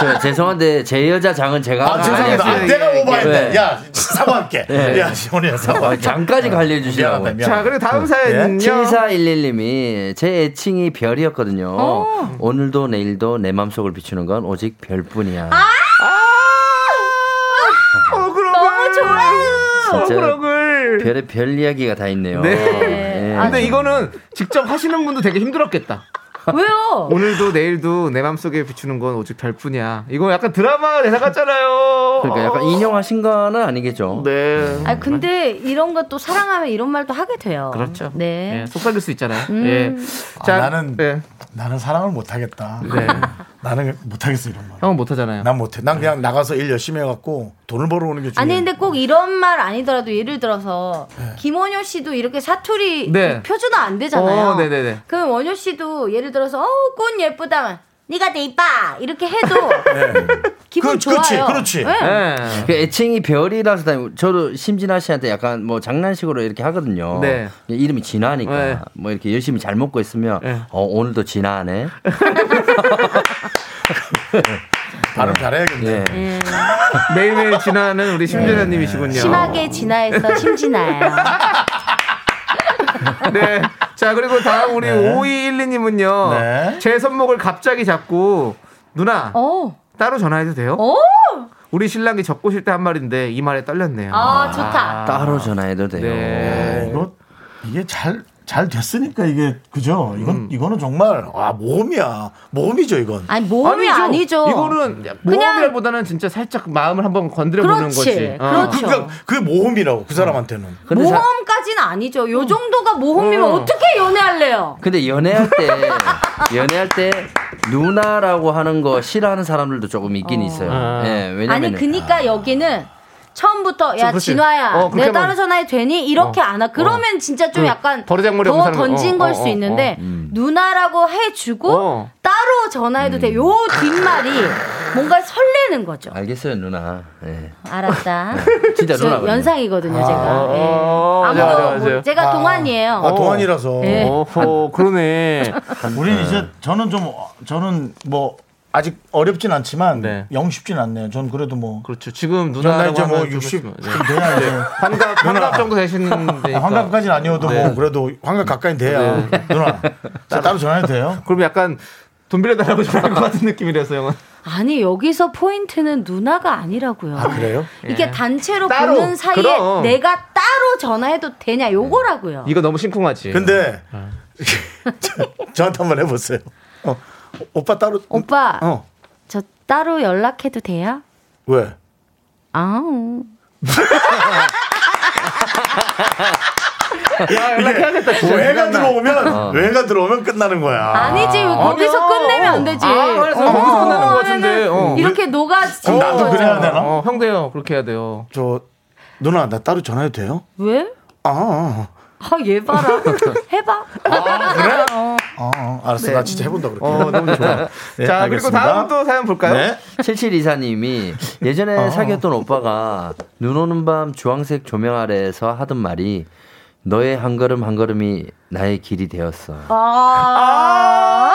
저, 죄송한데 제 여자 장은 제가 아, 안 죄송합니다. 아, 했어요. 내가 예, 오버했네. 예. 야, 사과할게. 예. 야, 시원이야, 사과. 아, 장까지 관리해 주시라고. 미안하다, 미안하다. 자, 그리고 다음 사연은요. 7411님이 제 애칭이 별이었거든요. 어. 오늘도 내일도 내 맘속을 비추는 건 오직 별뿐이야. 아. 너무 좋아요. 진짜 억울억을. 별의 별 이야기가 다 있네요. 네. 예. 아, 근데 이거는 직접 하시는 분도 되게 힘들었겠다. 왜요? 오늘도 내일도 내 맘속에 비추는 건 오직 별뿐이야. 이거 약간 드라마 대사 같잖아요. 그러니까 약간 인용하신 거는 아니겠죠. 네. 아 근데 이런 거 또 사랑하면 이런 말도 하게 돼요. 그렇죠. 네. 예, 속삭일 수 있잖아요. 음. 예. 아, 나는- 네. 나는 사랑을 못하겠다. 네. 나는 못하겠어, 이런 말. 형은 못 하잖아요. 난 못해. 난 그냥 나가서 일 열심히 해갖고 돈을 벌어오는 게 중요해. 아니 근데 꼭 이런 말 아니더라도 예를 들어서 김원효 씨도 이렇게 사투리 네. 그 표준화 안 되잖아요. 어, 네네네. 그럼 원효 씨도 예를 들어서 어꽃 예쁘다. 네가 내 이빠 이렇게 해도 기분 그, 그렇지, 좋아요. 그렇지. 네. 네. 그 애칭이 별이라서 다 저도 심진아 씨한테 약간 뭐 장난식으로 이렇게 하거든요. 네. 이름이 진아니까 네. 뭐 이렇게 열심히 잘 먹고 있으면 네. 어, [laughs] 오늘도 진아네. 발음 잘해야겠네. 예. 매일매일 지나는 우리 심재현님이시군요. 심하게 [laughs] 진화해서 심진아예요. 네. 자, 그리고 다음 우리 5212님은요. 네. 제 손목을 갑자기 잡고, 누나, 오, 따로 전화해도 돼요? 오, 우리 신랑이 접고 싶대 한 말인데, 이 말에 떨렸네요. 아 좋다. 따로 전화해도 돼요. 네. 예. 네, 이거 이게 잘. 잘 됐으니까 이게 그죠? 이건 이거는 정말 음. 아 몸이야 몸이죠 이건. 아니 몸이 아니죠. 이거는 모험이라기보다는 진짜 살짝 마음을 한번 건드려보는 그렇지. 거지. 어. 그렇죠. 그러니까 그게 모험이라고 그 사람한테는. 근데 뭐? 자- 모험까지는 아니죠. 음. 요 정도가 모험이면 어. 어. 떻게 연애할래요? 근데 연애할 [laughs] 때 연애할 때 누나라고 하는 거 싫어하는 사람들도 조금 있긴 있어요. 아. 예, 왜냐면 아니 그니까 여기는 처음부터 야 그렇지. 진화야 어, 그렇게 내가 하면- 따로 전화해 되니 이렇게 어, 안 와. 그러면 진짜 좀 응. 약간 버르장머리 없는 더 사람은- 던진 어, 걸 어, 수 어, 있는데 어. 누나라고 해주고 어. 따로 전화해도 음. 돼. 요 뒷말이 뭔가 설레는 거죠. 알겠어요 누나. 예. [laughs] 알았다. 진짜 저 누나. 연상이거든요 제가. 예. 아. 어, 아무도 맞아, 맞아, 뭐- 맞아. 제가 아. 동안이에요. 아 동안이라서. 예. 어허, 그러네. 우리는 이제 저는 좀 어, 저는 뭐 아직 어렵진 않지만 네. 영 쉽진 않네요. 전 그래도 뭐. 그렇죠. 지금 전 나이 누나라고 이제 뭐 하면 좀 60. 그렇지만, 네. 그러니까. 돼야 이제 환갑, 환갑 정도 되시는데. 아, 환갑까지는 아니어도 네. 뭐 그래도 환갑 가까이 돼야 누나 저 따로 전화해도 돼요? 그럼 약간 돈 빌려달라고 전화할 것 같은 느낌이라서 형은. 아니 여기서 포인트는 누나가 아니라고요. 아 그래요? 이게 예. 단체로 따로, 보는 사이에 그럼. 내가 따로 전화해도 되냐 요거라고요. 이거 너무 심쿵하지. 근데 아. [laughs] 저- 저한테 한번 해보세요. 어, 오빠 따로 오빠 어 저 따로 연락해도 돼요? 왜? 아우 야, 아, 연락해야겠다. 진짜. 외가 생각나. 들어오면 외가 들어오면 끝나는 거야. 아니지 왜 거기서 아니야. 끝내면 안 되지. 아, 그래서 어, 거기서 끝내는 것 같은데. 하면은 어. 이렇게 녹아 그럼 나도 그래야 되나? 어, 형도요. 그렇게 해야 돼요. 저 누나 나 따로 전화해도 돼요? 왜? 아, [laughs] 아얘 봐라 해봐. 아, 아 알았어 나 진짜 해본다 그렇게. 네. 어, 너무 좋아. [laughs] 네, 자, 그리고 알겠습니다. 다음 또 사연 볼까요? 네. 7724님이 예전에 사귀었던 오빠가 눈 오는 밤 주황색 조명 아래에서 하던 말이 너의 한 걸음 한 걸음이 나의 길이 되었어. 아, 아,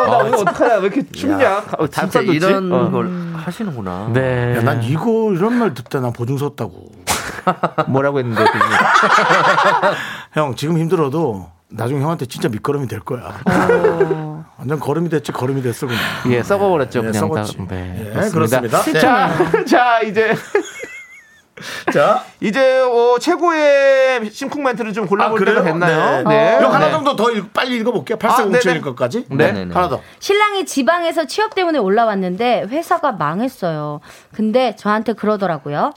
어, 나 오늘 어떡하냐. 왜 이렇게 춥냐. 어, 진짜 단사 놓지? 이런 어. 걸 하시는구나. 네. 야, 난 이거 이런 말 듣다 난 보증 섰다고. 뭐라고 했는데. 그게. 형 지금 힘들어도 나중에 형한테 진짜 밑거름이 될 거야. [laughs] 완전 걸음이 됐지 걸음이 됐어 그냥. [laughs] 예, 썩어버렸죠. 예, 그냥 다. 썩었지. 네, 예, 그렇습니다. 그렇습니다. 네. 자, 자, 이제. 자. 이제 어, 최고의 심쿵 멘트를 좀 골라볼 때가 됐나요? 아, 네. 네. 이거 하나 네. 아, 정도 더 읽- 빨리 읽어볼게요. 네네. 8457일 것까지. 네. 하나 더. 신랑이 지방에서 취업 때문에 올라왔는데 회사가 망했어요. 근데 저한테 그러더라고요.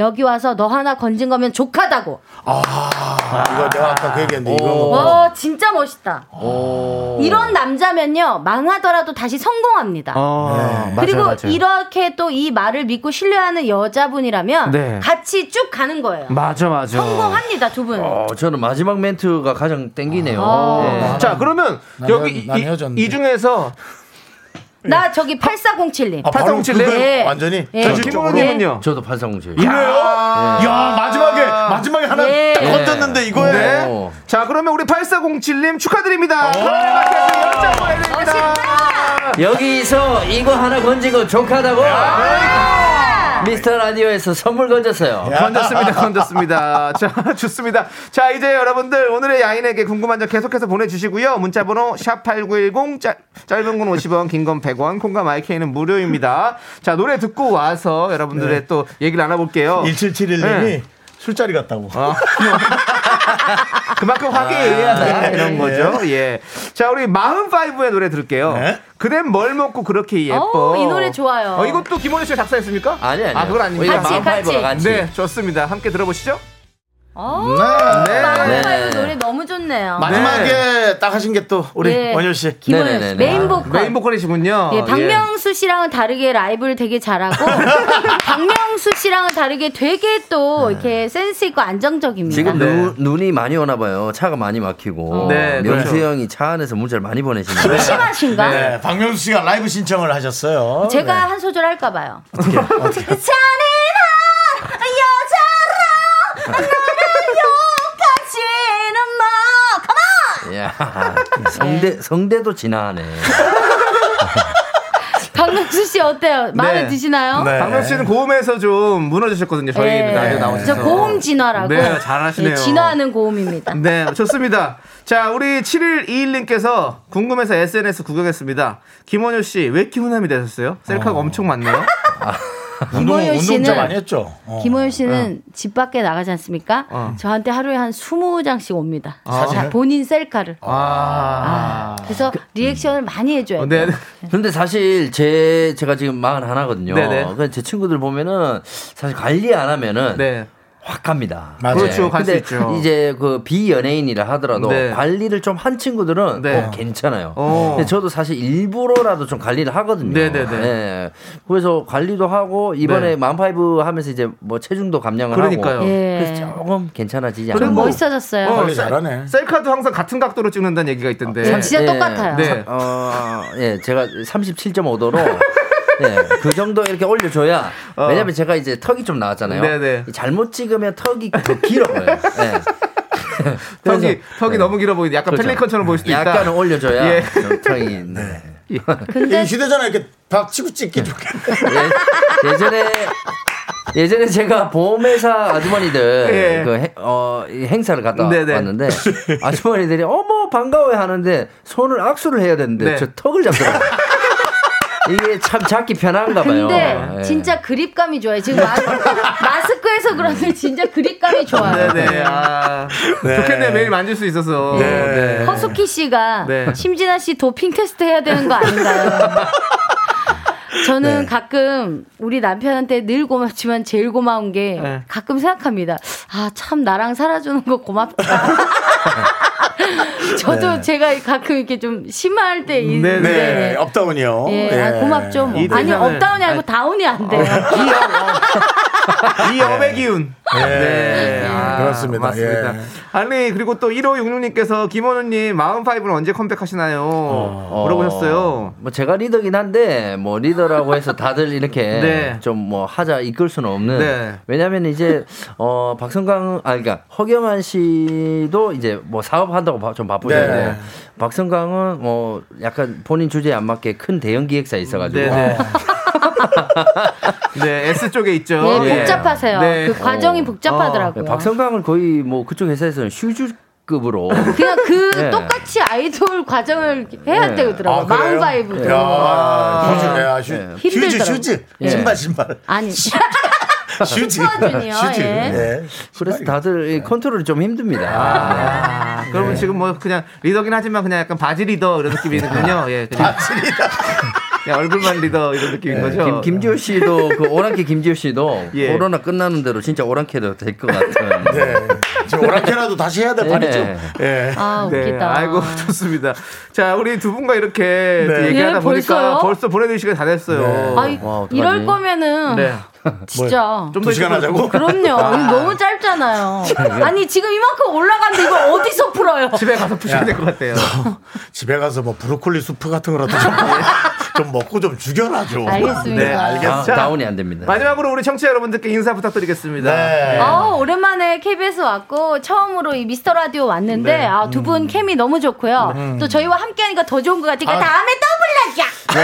여기 와서 너 하나 건진 거면 족하다고. 아, 이거 내가 아까 그 얘기했는데 이거. 어. 와 진짜 멋있다. 오. 이런 남자면요 망하더라도 다시 성공합니다. 어, 맞아요, 그리고 맞아요. 이렇게 또 이 말을 믿고 신뢰하는 여자분이라면 네. 같이 쭉 가는 거예요. 맞아 맞아. 성공합니다 두 분. 어, 저는 마지막 멘트가 가장 땡기네요. 아. 네. 자, 그러면 난 헤어- 여기 난 이- 이, 중에서 나 저기 8407님. 아, 바로 그거예요? 완전히? 예. 아. 저도 8307. 이래요? 야, 마지막에 마지막에 하나 예. 네. 딱 네. 건졌는데 이거에. 자, 그러면 우리 8407님 축하드립니다. 선물 받게 해서 열정 와야 됩니다. 여기서 이거 하나 건진 거 족하다고. 미스터 라디오에서 선물 건졌어요. 건졌습니다, 건졌습니다. [laughs] 자, 좋습니다. 자, 이제 여러분들 오늘의 야인에게 궁금한 점 계속해서 보내주시고요. 문자번호 샵8910 짧은 건 50원, 긴 건 100원, 콩과 마이크는 무료입니다. 자, 노래 듣고 와서 여러분들의 네. 또 얘기를 나눠볼게요. 1771님이 네. 술자리 갔다고. 그만큼 아, 예. 화기애애하다 네. 이런 거죠. 예. 자, 우리 마흔파이브의 노래 들을게요. 그댄 뭘 먹고 그렇게 예뻐. 네. 어우, 이 노래 좋아요. 어, 이것도 김원희 씨가 작사했습니까? 아니 아니요. 아, 그건 아닙니다. 우리 같이, 마흔파이브가 같이. 같이. 네, 좋습니다. 함께 들어보시죠. 어, 네. 마음가요 네. 노래 너무 좋네요. 마지막에 딱 하신 게 또 우리 예. 원효 씨. 김원효 씨, 네네네네. 메인 보컬. 메인 보컬이시군요. 아, 예, 박명수 씨랑은 다르게 라이브를 되게 잘하고 박명수 씨랑은 다르게 되게 또 이렇게 센스 있고 안정적입니다. 네. 지금 눈- 눈이 많이 오나 봐요. 차가 많이 막히고. 네, 명수 그렇죠. 형이 차 안에서 문자를 많이 보내시네요. 심심하신가? 네, 박명수 씨가 라이브 신청을 하셨어요. 제가 한 소절 할까 봐요. 어떻게? 어떻게? 자네는 여자라 나를 욕하지는 뭐. 마. [laughs] 예. 가만. 야, 예. 성대 성대도 진화하네. 박명수 씨 어때요? 마음에 드시나요? 박명수 씨는 고음에서 좀 무너지셨거든요. 저희 예. 라디오 나오셔서. 저 고음 진화라고. 네, 잘하시네요. 예, 진화하는 고음입니다. 네, 좋습니다. 자, 우리 7121님께서 궁금해서 SNS 구경했습니다. 김원효 씨, 왜 이렇게 훈남이 되셨어요? 셀카가 엄청 많네요. 운동- 김원효 씨는- 운동 좀 많이 했죠. 김호율 씨는 집 밖에 나가지 않습니까? 어. 저한테 하루에 한 20장씩 옵니다. 아. 사진을? 본인 셀카를. 아. 그래서 리액션을 많이 해줘야 네, 돼요. 근데 사실 제 제가 지금 마흔 하나거든요. 네네. 그제 친구들 보면은 사실 관리 안 하면은 확 갑니다. 네. 맞아요. 그렇죠, 갈수 근데 있죠. 이제 그 비연예인이라 하더라도 네. 관리를 좀 한 친구들은 어, 괜찮아요. 어. 근데 저도 사실 일부러라도 좀 관리를 하거든요. 네네네. 예. 그래서 관리도 하고 이번에 네. 만파이브 하면서 이제 뭐 체중도 감량을 그러니까요. 하고 예. 그래서 조금 괜찮아지지 않나. 그리고- 멋있어졌어요. 어, 셀- 셀카도 항상 같은 각도로 찍는다는 얘기가 있던데. 네. 예. 네. 어, 예, 제가 37.5도로 예, 그 정도 이렇게 올려줘야 왜냐면 제가 이제 턱이 좀 나왔잖아요. 어. 네네. 잘못 찍으면 턱이 더 길어 보여요. 예. [laughs] 턱이 아, 그래서, 턱이 네. 너무 길어 보이는데 약간 그렇죠. 펠리컨처럼 보일 수도 있다. 약간은 올려줘야 예. 좀 턱이. 네. 이 휴대전화 이렇게 박 치고 찍기 좋게. 예, 예전에 예전에 제가 보험회사 [laughs] 아주머니들 예. 그 행, 어, 이 행사를 갔다 네네. [laughs] 왔는데 아주머니들이 어머 반가워요 하는데 손을 악수를 해야 되는데 네. 저 턱을 잡더라고요. [laughs] 이게 참 잡기 편한가 봐요. 근데 예. 진짜 그립감이 좋아요. 지금 [laughs] 마, 스크에서 그런지 진짜 그립감이 좋아요. 네네. 아, 좋겠네 매일 만질 수 있어서. 네. 허수키 씨가 네. 심진아 씨 도핑 테스트 해야 되는 거 아닌가요? 저는 네. 가끔 우리 남편한테 늘 고맙지만 제일 고마운 게 네. 가끔 생각합니다. 아, 참 나랑 살아주는 거 고맙다. [laughs] 저도 네. 제가 가끔 이렇게 좀 심할 때 있는데. 네, 업다운이요. 예, 아, 고맙죠. 뭐. 이 아니, 대상을- 업다운이 아니고 다운이 안 돼요. 이 업의 기운. 예. 아, 그렇습니다. 맞습니다. 예. 아니 그리고 또 1566님께서 김원우님 마흔파이브는 언제 컴백하시나요? 물어보셨어요. 뭐 제가 리더긴 한데 뭐 리더라고 해서 다들 이렇게 네. 좀 뭐 하자 이끌 수는 없는 네. 왜냐하면 이제 어 박성강 아 그러니까 허경환 씨도 이제 뭐 사업한다고 바- 좀 바쁘잖아요. 네. 박성강은 뭐 약간 본인 주제에 안 맞게 큰 대형 기획사에 있어가지고 네, 네. 네 S 쪽에 있죠. 예, 예. 복잡하세요. 네. 그 과정이 어. 음, 네. 복잡하더라고요. 박성강은 거의 뭐 그쪽 회사에서는 아, 슈즈급으로 그냥 그 예. 똑같이 아이돌 과정을 해야 예. 되더라고요. 아, 그래요? 마운바이브. 야, 아, 휴즈네, 아, 휴- 예. 휴즈, 힘들더라고요. 휴즈. 예. 신발, 신발. 아니. 슈지. [laughs] 슈퍼주니어, 슈지. 예. 예. 그래서 다들 이 컨트롤이 좀 힘듭니다. 네. 아, 그러면 지금 뭐 그냥 리더긴 하지만 그냥 약간 바지 리더 이런 느낌이거든요. 예, 바지 리더. [laughs] 그냥 얼굴만 리더 이런 느낌인 네, 거죠. 김, 김지호 씨도 그 오랑캐 김지호 씨도 예. 코로나 끝나는 대로 진짜 오랑캐도 될 것 [laughs] 같은. 네. 저 오랑캐라도 다시 해야 될 판이죠. 예. 아, 웃기다. 네. 아이고 좋습니다. 자, 우리 두 분과 이렇게 또 네. 얘기하다 예, 보니까 벌써요? 벌써 보내드릴 시간이 다 됐어요. 아이, 이럴 거면은 진짜 네. 좀더 시간 하자고? 그럼요. 이거 너무 짧잖아요. 아니 지금 이만큼 올라갔는데 이걸 어디서 풀어요? 집에 가서 푸셔야 될 것 같아요. 집에 가서 뭐 브로콜리 수프 같은 거라도 좀, [laughs] 좀 먹고 좀 죽여라 좀. 알겠습니다. 네, 알겠어. 아, 다운이 안 됩니다. 네. 마지막으로 우리 청취자 여러분들께 인사 네. 부탁드리겠습니다. 네. 아, 오랜만에 KBS 왔고 처음으로 이 미스터 라디오 왔는데 네. 아, 두 분 케미 너무 좋고요. 네. 또 저희와 함께하니까 더 좋은 것 같으니까 아. 다음에 또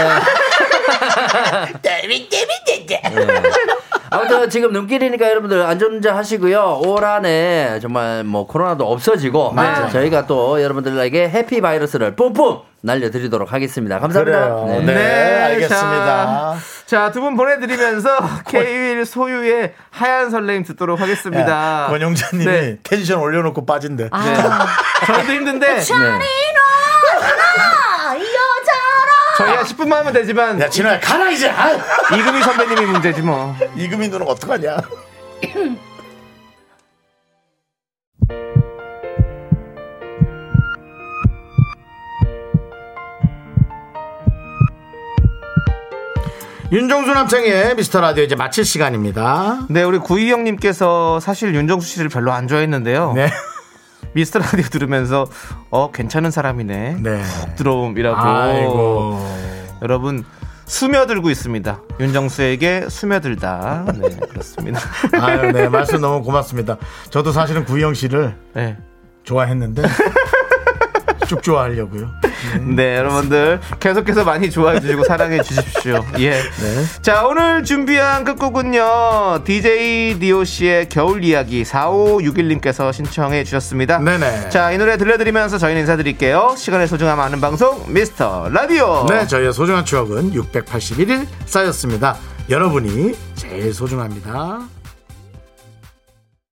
아무튼 지금 눈길이니까 여러분들 안전운전 하시고요. 올 한해 정말 뭐 코로나도 없어지고 맞아요. 저희가 또 여러분들에게 해피 바이러스를 뿜뿜 날려드리도록 하겠습니다. 감사합니다. 그래요. 네, 알겠습니다. 자, 두 분 보내드리면서 [laughs] 케이윌 소유의 하얀 설레임 듣도록 하겠습니다. 야, 권영자님이 네. 텐션 올려놓고 빠진대. 아. 네. 저희도 힘든데. 네. 불러줘. 아, 이 여자라. 저희가 10분만 하면 되지만. 야, 진호야, 가라, 이제! 아유. 이금희 선배님이 문제지 뭐. 이금희 누는 어떡하냐. [clears throat] 윤정수 남창의 미스터 라디오 이제 마칠 시간입니다. 네, 우리 구이 형님께서 사실 윤정수 씨를 별로 안 어. 좋아했는데요. 네. 미스터 라디오 들으면서 어 괜찮은 사람이네. 훅 들어옴이라고. 아이고. 여러분 스며들고 있습니다. 윤정수에게 스며들다. 네, 그렇습니다. [laughs] 아유, 네, 말씀 너무 고맙습니다. 저도 사실은 구희영 씨를 네. [laughs] 좋아했는데 쭉 좋아하려고요. 네, 여러분들 계속해서 많이 좋아해 주시고 사랑해 주십시오. 예. 네. 자, 오늘 준비한 끝곡은요. DJ 디오 씨의 겨울 이야기 4561님께서 신청해 주셨습니다. 네네. 자, 이 노래 들려드리면서 저희는 인사드릴게요. 시간의 소중함 아는 방송 미스터 라디오. 네, 저희의 소중한 추억은 681일 쌓였습니다. 여러분이 제일 소중합니다.